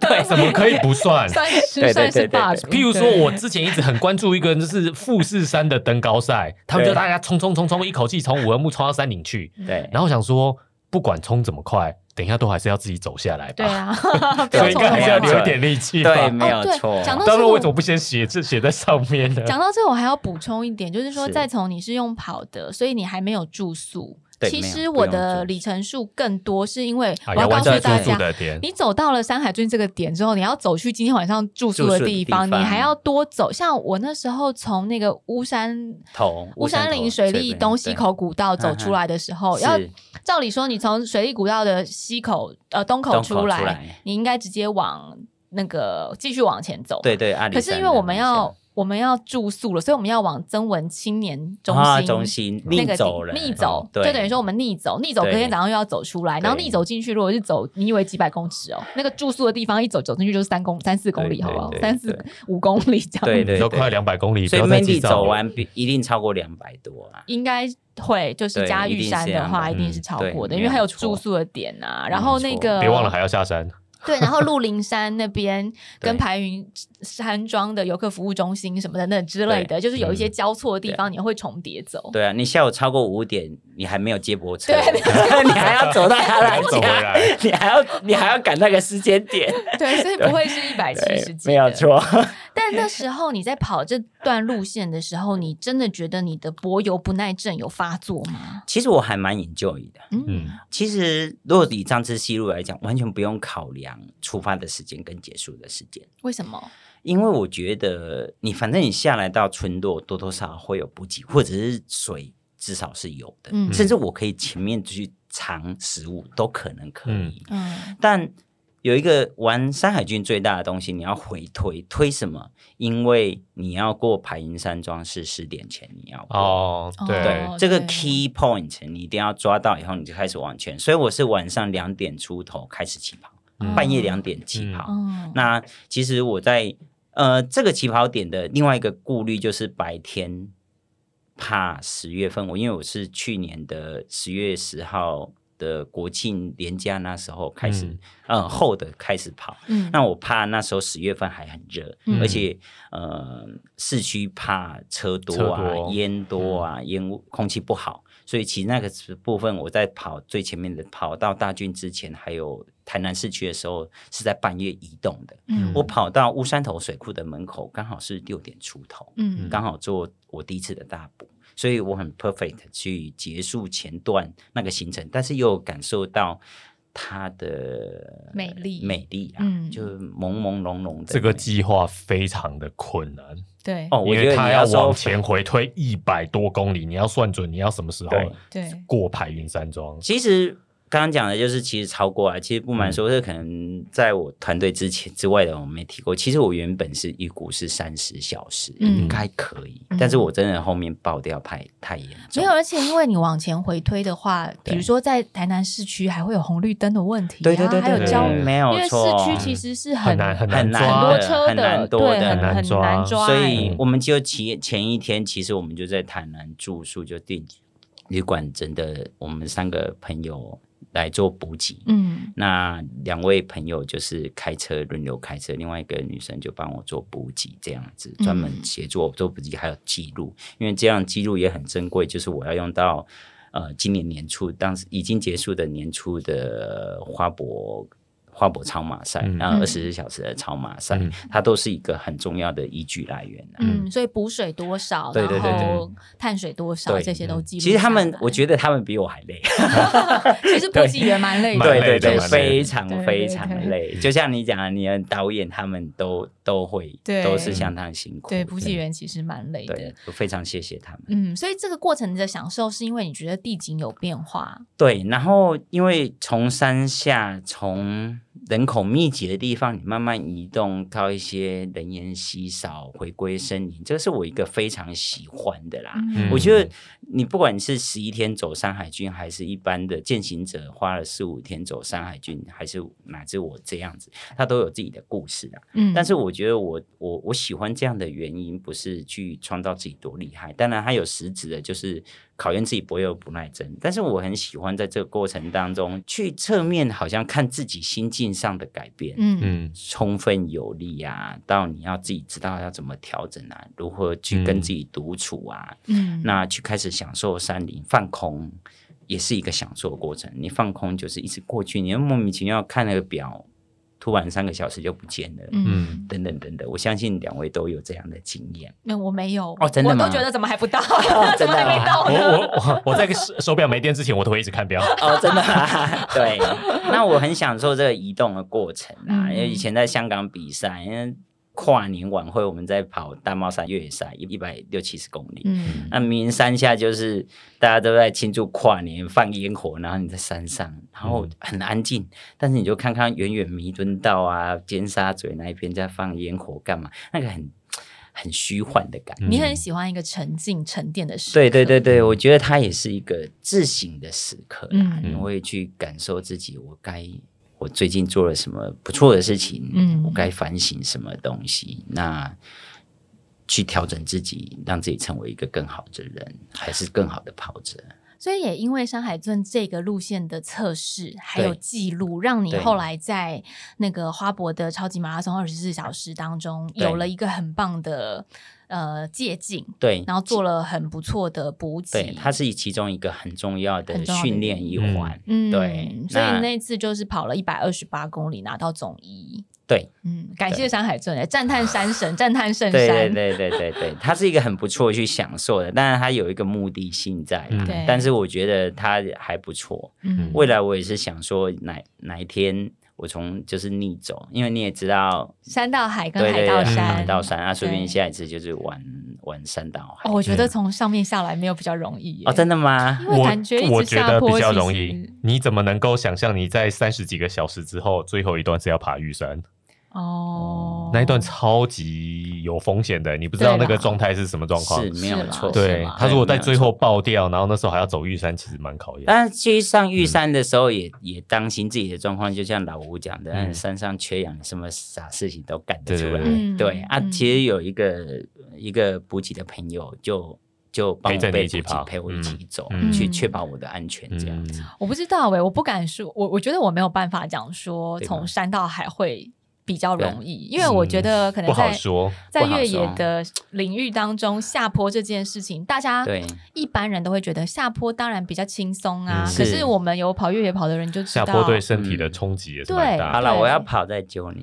S1: 对
S3: 怎么可以不 算？
S2: 算是
S1: 对对
S2: 算是
S1: 对对对。
S2: bug
S3: 譬如说，
S2: 对
S3: 我之前一直很关注一个，就是富士山的登高赛，他们就
S1: 对
S3: 大家冲冲冲冲，一口气从五合目冲到山顶去。
S1: 对
S3: 然后想说，不管冲怎么快，等一下都还是要自己走下来
S2: 对
S3: 吧。
S2: 啊，不要
S3: 所以应
S2: 冲
S3: 该还是要
S2: 动啊
S3: 留一点力气吧。
S1: 对，没有
S2: 哦对
S1: 错。
S2: 讲到
S3: 当初为什么不先写字写在上面呢？
S2: 讲到这，我还要补充一点，就是说，
S1: 是
S2: 再从你是用跑的，所以你还没有住宿。
S1: 对
S2: 其
S1: 没有
S2: 实
S1: 不
S2: 我
S1: 用住
S2: 的
S1: 宿
S2: 里程数更多，是因为我
S3: 啊要
S2: 告
S3: 完
S2: 诉
S3: 成
S2: 大
S3: 住宿
S2: 家，
S3: 的点，
S2: 你走到了山海郡这个点之后，你要走去今天晚上住宿的地方，
S1: 住宿的地方
S2: 你还要多走。像我那时候从那个乌山
S1: 头
S2: 乌山岭水利东西口古道 走出来的时候，要
S1: 要
S2: 照理说，你从水利古道的西口呃东口
S1: 东口
S2: 出来，
S1: 出来
S2: 你应该直接往那个继续往前走。
S1: 对对，阿里
S2: 可是
S1: 山
S2: 因为
S1: 的
S2: 我们
S1: 那
S2: 要
S1: 些。
S2: 我们要住宿了，所以我们要往增文青年中心、
S1: 啊中心
S2: 那个
S1: 逆走了
S2: 地逆走
S1: 嗯，对
S2: 就等于说我们逆走，逆走隔
S1: 对
S2: 天早上又要走出来，然后
S1: 对
S2: 逆走进去，如果是走，你以为几百公尺哦，那个住宿的地方一走走进去就是三公三四公里，
S1: 对
S2: 好不好？
S1: 对对
S2: 三四
S1: 对
S2: 五公里这样，
S1: 对对
S3: 都
S1: 对
S3: 快两百公里，不
S1: 所以
S3: 要再计
S1: Mandy
S3: 较
S1: 走
S3: 了。
S1: 完比一定超过两百多啊。
S2: 应该会就是
S1: 对
S2: 嘉
S1: 一
S2: 峪
S1: 定
S2: 山
S1: 是
S2: 的
S1: 啊
S2: 话，
S3: 嗯
S2: 一定是超过的，
S1: 对
S2: 因为还
S1: 没
S2: 有
S1: 有错
S2: 住宿的点啊，然后那
S1: 错
S2: 个
S3: 别忘了还要下山，嗯
S2: 对，然后鹿林山 那边跟
S1: 对
S2: 排云山庄的游客服务中心什么等等之类的，就是有
S1: 嗯
S2: 一些交错的地方，你会重叠走。
S1: 对啊，你下午超过五点，你还没有接驳车，
S2: 对
S1: 你还要走到他的
S3: 还要走回
S1: 家，
S3: 来。
S1: 你还要你还要赶那个时间点，
S2: 对，所以不会是一百七十
S1: 对，
S2: 几，
S1: 没有。错。
S2: 但那时候你在跑这段路线的时候，你真的觉得你的柏油不耐症有发作吗？
S1: 其实我还蛮 enjoy 的。
S2: 嗯
S3: 嗯，
S1: 其实如果以张之西路来讲，完全不用考量出发的时间跟结束的时间。
S2: 为什么？
S1: 因为我觉得你反正你下来到村落，多多少少会有补给，或者是水至少是有的，
S2: 嗯
S1: 甚至我可以前面去尝食物都可能可以。
S2: 嗯
S1: 但有一个玩山海郡最大的东西，你要回推推什么？因为你要过排云山庄是十点前你要过。
S3: 哦，对
S2: 哦，
S1: 这个
S2: 对
S1: key point 你一定要抓到以后，你就开始往前。所以我是晚上两点出头开始起跑，
S3: 嗯
S1: 半夜两点起
S3: 嗯
S1: 跑。
S2: 嗯，
S1: 那其实我在呃这个起跑点的另外一个顾虑就是白天怕十月份，我因为我是去年的十月十号的国庆连假那时候开始，
S3: 嗯
S1: 呃后的开始跑，
S2: 嗯
S1: 那我怕那时候十月份还很热，
S2: 嗯
S1: 而且呃市区怕车多
S3: 车
S1: 啊、
S3: 多嗯
S1: 烟多啊、烟雾空气不好，所以其实那个时部分我在跑最前面的跑到大郡之前，还有台南市区的时候是在半夜移动的。
S2: 嗯
S1: 我跑到乌山头水库的门口，刚好是六点出头，
S2: 嗯
S1: 刚好做我第一次的大补，所以我很 perfect 去结束前段那个行程，但是又感受到它的
S2: 美丽
S1: 美丽啊，
S2: 嗯
S1: 就朦朦胧胧的
S3: 这个
S1: 美
S3: 计划非常的困难，
S2: 对
S1: 哦，我
S3: 因
S1: 觉得
S3: 为它
S1: 你
S3: 要往
S1: 说
S3: 前回推一百多公里，你要算准你要什么时候
S1: 对
S2: 对
S3: 过排云山庄。
S1: 其实刚刚讲的就是，其实超过啊。其实不
S3: 嗯
S1: 瞒说，这可能在我团队之前之外的，我没提过。其实我原本是预估是三十小时，
S2: 嗯
S1: 应该可以，
S2: 嗯
S1: 但是我真的后面爆掉太太严重。
S2: 没有，而且因为你往前回推的话，比
S1: 对
S2: 如说在台南市区还会有红绿灯的问题、啊，
S1: 对，对对对
S2: 还有
S1: 对
S2: 交，
S3: 对
S1: 没有
S2: 因为
S1: 错，啊
S2: 市区其实是
S3: 很难很
S1: 很
S3: 难
S1: 难
S3: 抓
S2: 多
S1: 的
S2: 车
S1: 很难多
S2: 对，
S1: 的
S2: 很
S1: 很
S3: 难
S2: 很
S3: 抓
S2: 难抓
S1: 所
S2: 欸
S1: 以我们就前前一天，其实我们就在台南住宿，就订旅馆，真的我们三个朋友来做补给。
S2: 嗯
S1: 那两位朋友就是开车轮流开车，另外一个女生就帮我做补给，这样子
S2: 嗯
S1: 专门协作做补给，还有记录，因为这样记录也很珍贵，就是我要用到呃今年年初，当时已经结束的年初的花博。花博超马赛
S3: 嗯，
S1: 然后二十四小时的超马赛，
S3: 嗯
S1: 它都是一个很重要的依据来源、啊。
S2: 嗯，所以补水多少，
S1: 对对对
S2: 然
S3: 对
S2: 后碳水多少，
S1: 对嗯
S2: 这些都记录下
S1: 其
S2: 来。
S1: 实他们，我
S2: 得
S1: 觉得他们比我还累。
S2: 其实补给员蛮累的，
S3: 蛮
S1: 哎对
S3: 累
S1: 对
S3: 的
S1: 对，
S3: 蛮累
S1: 非
S3: 的
S1: 常
S2: 对对
S1: 非常
S2: 对
S1: 累。就像你讲的，你的导演他们都都会，
S2: 对
S1: 都是相当辛苦的。
S2: 对补给员其实蛮累的
S1: 对。，我非常谢谢他们。
S2: 嗯，所以这个过程的享受是因为你觉得地景有变化，
S1: 对，然后因为从山下，从人口密集的地方，你慢慢移动到一些人烟稀少，回归森林，这是我一个非常喜欢的啦。
S2: 嗯
S1: 我觉得你不管是十一天走山海郡，还是一般的践行者花了四五天走山海郡，还是乃至我这样子，他都有自己的故事啊。
S2: 嗯
S1: 但是我觉得我我我喜欢这样的原因，不是去创造自己多厉害，当然它有实质的，就是考验自己不会有不耐症。但是我很喜欢在这个过程当中，去侧面好像看自己心境上的改变。
S2: 嗯
S3: 嗯
S1: 充分有力啊，到你要自己知道要怎么调整啊，如何去跟
S3: 嗯
S1: 自己独处啊，
S2: 嗯
S1: 那去开始享受山林，放空也是一个享受的过程。你放空就是一直过去，你会莫名其妙看那个表，突然三个小时就不见了，
S2: 嗯，
S1: 等等等等。我相信两位都有这样的经验。
S2: 那我没有
S1: 哦真的吗
S2: 我都觉得怎么还不到， 怎
S1: 真
S2: 么
S1: 的啊
S2: 还没到
S3: 嗯
S2: 呢？
S3: 我我我我在手手表没电之前，我都会一直看表。
S1: 哦，真的、啊， 对。那我很享受这个移动的过程啊，
S2: 嗯
S1: 因为以前在香港比赛，因为跨年晚会我们在跑大帽山越野赛，一百六七十公里。
S2: 嗯
S1: 那明山下就是大家都在庆祝跨年，放烟火，然后你在山上，然后很安静，但是你就看看远远弥敦道啊、尖沙咀那一边在放烟火干嘛，那个很很虚幻的感觉。
S2: 你很喜欢一个沉静沉淀的时
S1: 嗯
S2: 刻，
S1: 对对对对，我觉得它也是一个自省的时刻啦，
S2: 嗯
S1: 你会去感受自己，我该我最近做了什么不错的事情，
S2: 嗯
S1: 我该反省什么东西，那去调整自己，让自己成为一个更好的人，还是更好的跑者。
S2: 所以也因为山海圳这个路线的测试还有
S1: 对
S2: 记录，让你
S1: 对
S2: 后来在那个花博的超级马拉松二十四小时当中
S1: 对
S2: 有了一个很棒的呃借鉴，
S1: 对，
S2: 然后做了很不错的补给。
S1: 对，它是其中一个很重要的
S2: 很重要的
S1: 训练一
S3: 嗯
S1: 环。
S2: 嗯
S1: 对
S2: 所以
S1: 那
S2: 那次就是跑了一百二十八公里，拿到总一。
S1: 对，
S2: 嗯，感谢山海镇，哎赞叹山神，赞叹圣
S1: 对对
S2: 山。
S1: 对对对对，它是一个很不错去享受的，当然它有一个目的性在啦，
S3: 嗯
S2: 对
S1: 但是我觉得它还不错。
S2: 嗯，
S1: 未来我也是想说哪哪一天我从就是逆走，因为你也知道，
S2: 山到海跟
S1: 对
S2: 海
S1: 对
S2: 到
S1: 对，
S2: 山，
S1: 海到山啊，顺
S2: 对
S1: 便下一次就是玩玩山到海。
S2: 哦，我觉得从上面下来没有比较容易耶
S1: 嗯哦，真的吗？
S2: 因为
S3: 我
S2: 感觉一直
S3: 我觉
S2: 下
S3: 得
S2: 坡
S3: 比较
S2: 其
S3: 容
S2: 实
S3: 易。你怎么能够想象你在三十几个小时之后，最后一段是要爬玉山？
S2: 哦，
S3: 那一段超级有风险的，你不知道
S2: 对啦
S3: 那个状态是什么状况
S1: 是。没有
S2: 是啦
S1: 错。
S3: 对
S2: 是吗
S3: 他如果在
S1: 没有
S3: 最后
S1: 错，
S3: 爆掉，然后那时候还要走玉山，其实蛮考验。
S1: 但是去上玉山的时候也，也、担心自己的状况，就像老吴讲的，
S3: 嗯
S1: 山上缺氧，什么傻事情都干得
S3: 对
S1: 出
S3: 对
S1: 来。
S3: 对
S2: 嗯
S1: 对啊，
S2: 嗯
S1: 其实有一个一个补给的朋友就。就帮
S3: 陪
S1: 我
S3: 着你
S1: 背
S3: 一起
S1: 补给
S3: 跑
S1: 陪我一
S3: 嗯
S1: 起走，
S3: 嗯
S1: 去确保我的安全，这样子。
S3: 嗯
S2: 我不知道哎、我不敢说，我我觉得我没有办法讲说
S1: 对吧
S2: 从山到海会比较
S1: 对嗯
S2: 容易，因为我觉得可能
S3: 不好
S2: 在
S3: 说。
S2: 在
S1: 不好
S2: 越野
S1: 说
S2: 的领域当中，下坡这件事情，大
S3: 嗯
S2: 家
S1: 对
S2: 一般人都会觉得下坡当然比较轻松啊，
S3: 嗯
S2: 可
S1: 是
S2: 是我们有跑越野跑的人就知
S3: 下
S2: 道，
S3: 坡 对身体的冲击也是蛮大
S1: 好
S3: 的。
S1: 了，
S2: 对
S1: 我要跑再揪你。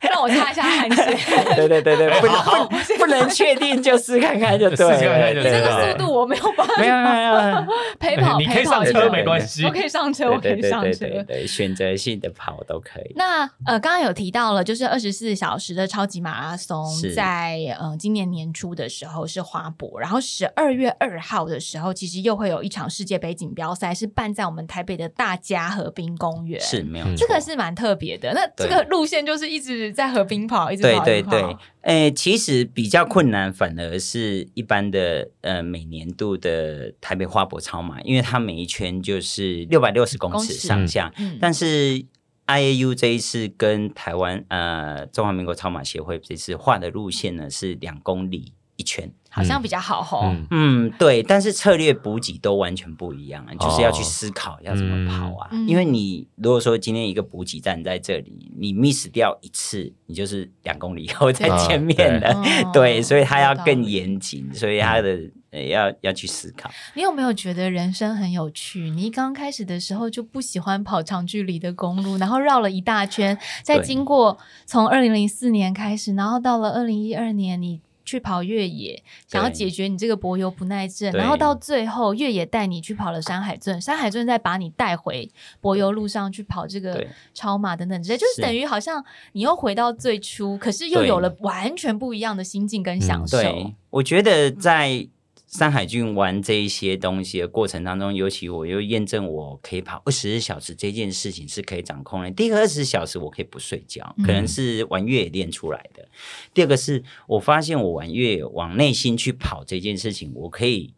S2: 让我擦一下汗血，
S1: 对对对对，不能不不能确定就试看看就对了。
S3: 试看看就
S1: 对
S2: 这
S3: 知
S1: 对
S3: 道
S2: 个
S1: 对
S2: 速度我没有办法
S1: 没有没有，没有
S2: 陪跑，
S3: 你可
S2: 陪
S3: 以
S2: 跑
S3: 上
S2: 也
S3: 车
S2: 可以
S3: 没关系
S2: 我。可以上车，我可
S1: 对
S2: 以
S1: 对
S2: 上
S1: 对
S2: 车
S1: 对。对对，选择性的跑都可以。
S2: 那呃，刚刚有提到了，就是二十四小时的超级马拉松
S1: 是
S2: 在，呃今年年初的时候是花博，然后十二月二号的时候，其实又会有一场世界杯锦标赛是办在我们台北的大家河滨公园。
S1: 是。没有
S3: 嗯
S1: 错
S2: 这个是蛮特别的，那这
S1: 对
S2: 个路线就是一直在河滨跑，一直
S1: 对
S2: 跑，一
S1: 对
S2: 直
S1: 对
S2: 跑。，
S1: 诶，其实比较困难，反而是一般的呃每年度的台北花博超马，因为它每一圈就是六百六十公
S2: 公
S1: 尺
S2: 尺
S1: 上下，
S2: 嗯
S1: 但是 IAU 这一次跟台湾呃中华民国超马协会这次画的路线呢是两公里一圈，
S2: 好像比较好吼。
S3: 嗯，
S1: 嗯，对，但是策略补给都完全不一样啊，就是要去思考要怎么跑啊。
S2: 哦嗯
S1: 因为你如果说今天一个补给站在这里，你 miss 掉一次，你就是两公里以后再
S3: 啊
S1: 见面了。
S2: 哦
S1: 对，所以他要
S2: 有道理
S1: 更严谨，所以他的、呃要要去思考。
S2: 你有没有觉得人生很有趣？你一刚开始的时候就不喜欢跑长距离的公路，然后绕了一大圈，再
S1: 对
S2: 经过从二零零四年开始，然后到了二零一二年，你去跑越野，想要
S1: 对
S2: 解决你这个柏油不耐症，
S1: 对
S2: 然后到最后越野带你去跑了山海镇，山海镇再把你带回柏油路上去跑这个
S1: 对
S2: 超马等等之类，就是
S1: 是
S2: 等于好像你又回到最初，可是又
S1: 对嗯
S2: 有了完全不一样的心境跟享受。
S1: 对，我觉得在山海郡玩这一些东西的过程当中，尤其我又验证我可以跑二十四小时这件事情是可以掌控的。第一个二十小时我可以不睡觉，
S2: 嗯
S1: 可能是玩越野练出来的；第二个是我发现我玩越野往内心去跑这件事情，我可以。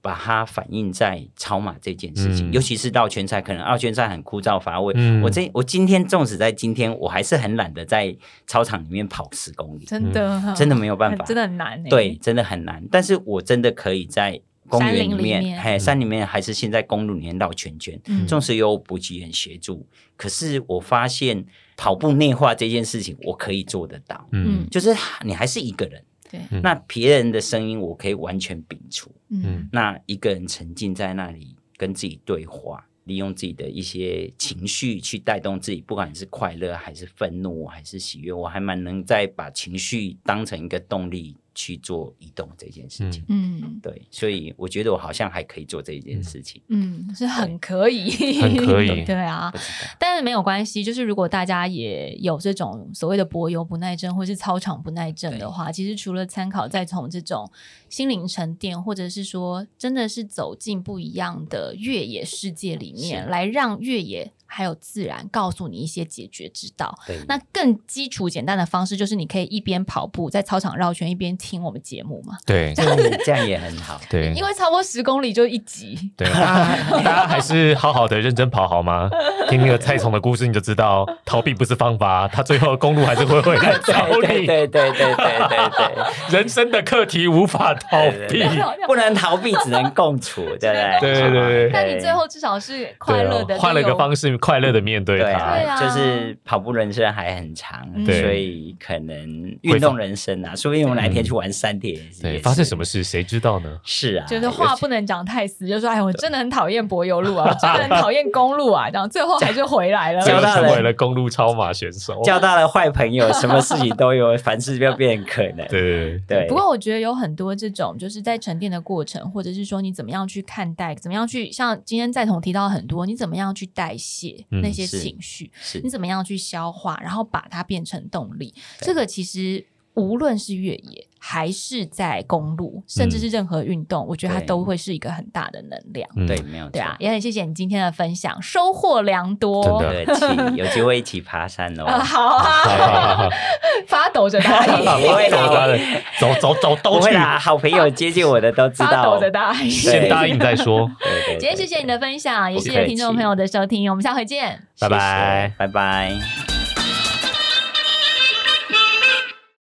S1: 把它反映在超马这件事情，
S3: 嗯
S1: 尤其是到圈赛，可能二圈赛很枯燥乏味。
S3: 嗯
S1: 我这我今天纵使在今天，我还是很懒得在操场里面跑十公里，
S2: 真的、
S1: 嗯真的没有办法，
S2: 真的很难、欸。
S1: 对，真的很难。但是我真的可以在公
S2: 山
S1: 园
S2: 林
S1: 里
S2: 里
S1: 面，
S2: 面
S1: 嘿，山里面还是现在公路里面绕圈圈。
S2: 嗯，
S1: 纵使有补给员协助，可是我发现跑步内化这件事情，我可以做得到。
S2: 嗯
S3: 嗯，
S1: 就是你还是一个人，
S2: 对，
S3: 嗯
S1: 那别人的声音我可以完全摒除，
S2: 嗯
S3: 嗯
S1: 那一个人沉浸在那里跟自己对话。利用自己的一些情绪去带动自己，不管是快乐还是愤怒还是喜悦，我还蛮能再把情绪当成一个动力去做移动这件事情。
S3: 嗯
S2: 嗯
S1: 对，所以我觉得我好像还可以做这一件事情。
S2: 嗯，是很可以，
S3: 很可 以
S2: 对啊
S1: 不。知道
S2: 但是没有关系，就是如果大家也有这种所谓的柏油不耐症或是操场不耐症的话，其实除了参考再从这种心灵沉淀，或者是说真的是走进不一样的越野世界里面，
S1: 是
S2: 来让越野还有自然告诉你一些解决之道。
S1: 对，
S2: 那更基础简单的方式就是，你可以一边跑步在操场绕圈，一边听我们节目嘛。
S3: 对
S1: 这样也这样也很好。
S3: 对
S2: 因为超过十公里就一集，
S3: 对，大家大家还是好好的认真跑好吗？听那个蔡崇的故事，你就知道逃避不是方法，他最后公路还是会回来找
S1: 对
S3: 你。
S1: 对对对对对对
S3: 人生的课题无法逃 避。
S1: 对，不能逃避，只能共处，对不对？
S3: 对对对
S2: 但你最后至少是快
S3: 对哦
S2: 乐的，
S3: 换了一
S2: 就
S3: 个
S2: 有
S3: 方式，快乐的面对
S1: 对
S3: 它。
S2: 对啊嗯
S1: 啊，就是跑步人生还很长，
S2: 对
S1: 所以可能运动人生啊，说不定我们哪一天去玩山铁也是，
S3: 嗯对，发生什
S1: 么？
S3: 么事谁知道呢？
S1: 是啊，
S2: 就是话不能讲太死，就说哎，我真的很讨厌柏油路 啊，我真的很讨厌公路啊，这 样最后还是回来了。
S3: 最
S1: 交
S3: 后
S1: 大
S3: 成
S1: 人
S3: 为了公路超马选手
S1: 尤其。交到了坏朋 友，什么事情都有，凡事要变成可能。
S3: 对对
S1: 对，
S2: 不过我觉得有很多这种，就是在沉淀的过程，或者是说你怎么样去看待，怎么样去像今天在彤提到很多，你怎么样去代谢
S3: 嗯
S2: 那些
S1: 是
S2: 情绪，
S1: 是
S2: 你怎么样去消化，然后把它变成动力。
S1: 对
S2: 这个其实无论是越野还是在公路，甚至是任何运动，我觉得它
S1: 对
S2: 都会是一个很大的能量。
S3: 嗯
S1: 对，没有错
S2: 对啊，。也很谢谢你今天的分享，收获良多。
S3: 真的
S1: 对，起有机会一起爬山哦。
S2: 呃 好
S3: 好
S2: 啊，
S3: 好好好
S2: 发抖着答
S1: 不
S2: 应，
S1: 会
S3: 走
S1: 啦，
S3: 的，走走走
S1: 不
S3: 都
S1: 会
S3: 去，
S1: 啦，好朋友接近我的都知
S2: 发
S1: 道
S2: 抖。着答应。
S1: 对
S3: 先答应再说。
S1: 对对对
S2: 今天谢谢你的分享，也谢
S1: 不
S2: 谢
S1: 客气
S2: 听众朋友的收听，我们下回见。
S1: 谢谢
S3: 拜拜
S1: 拜拜。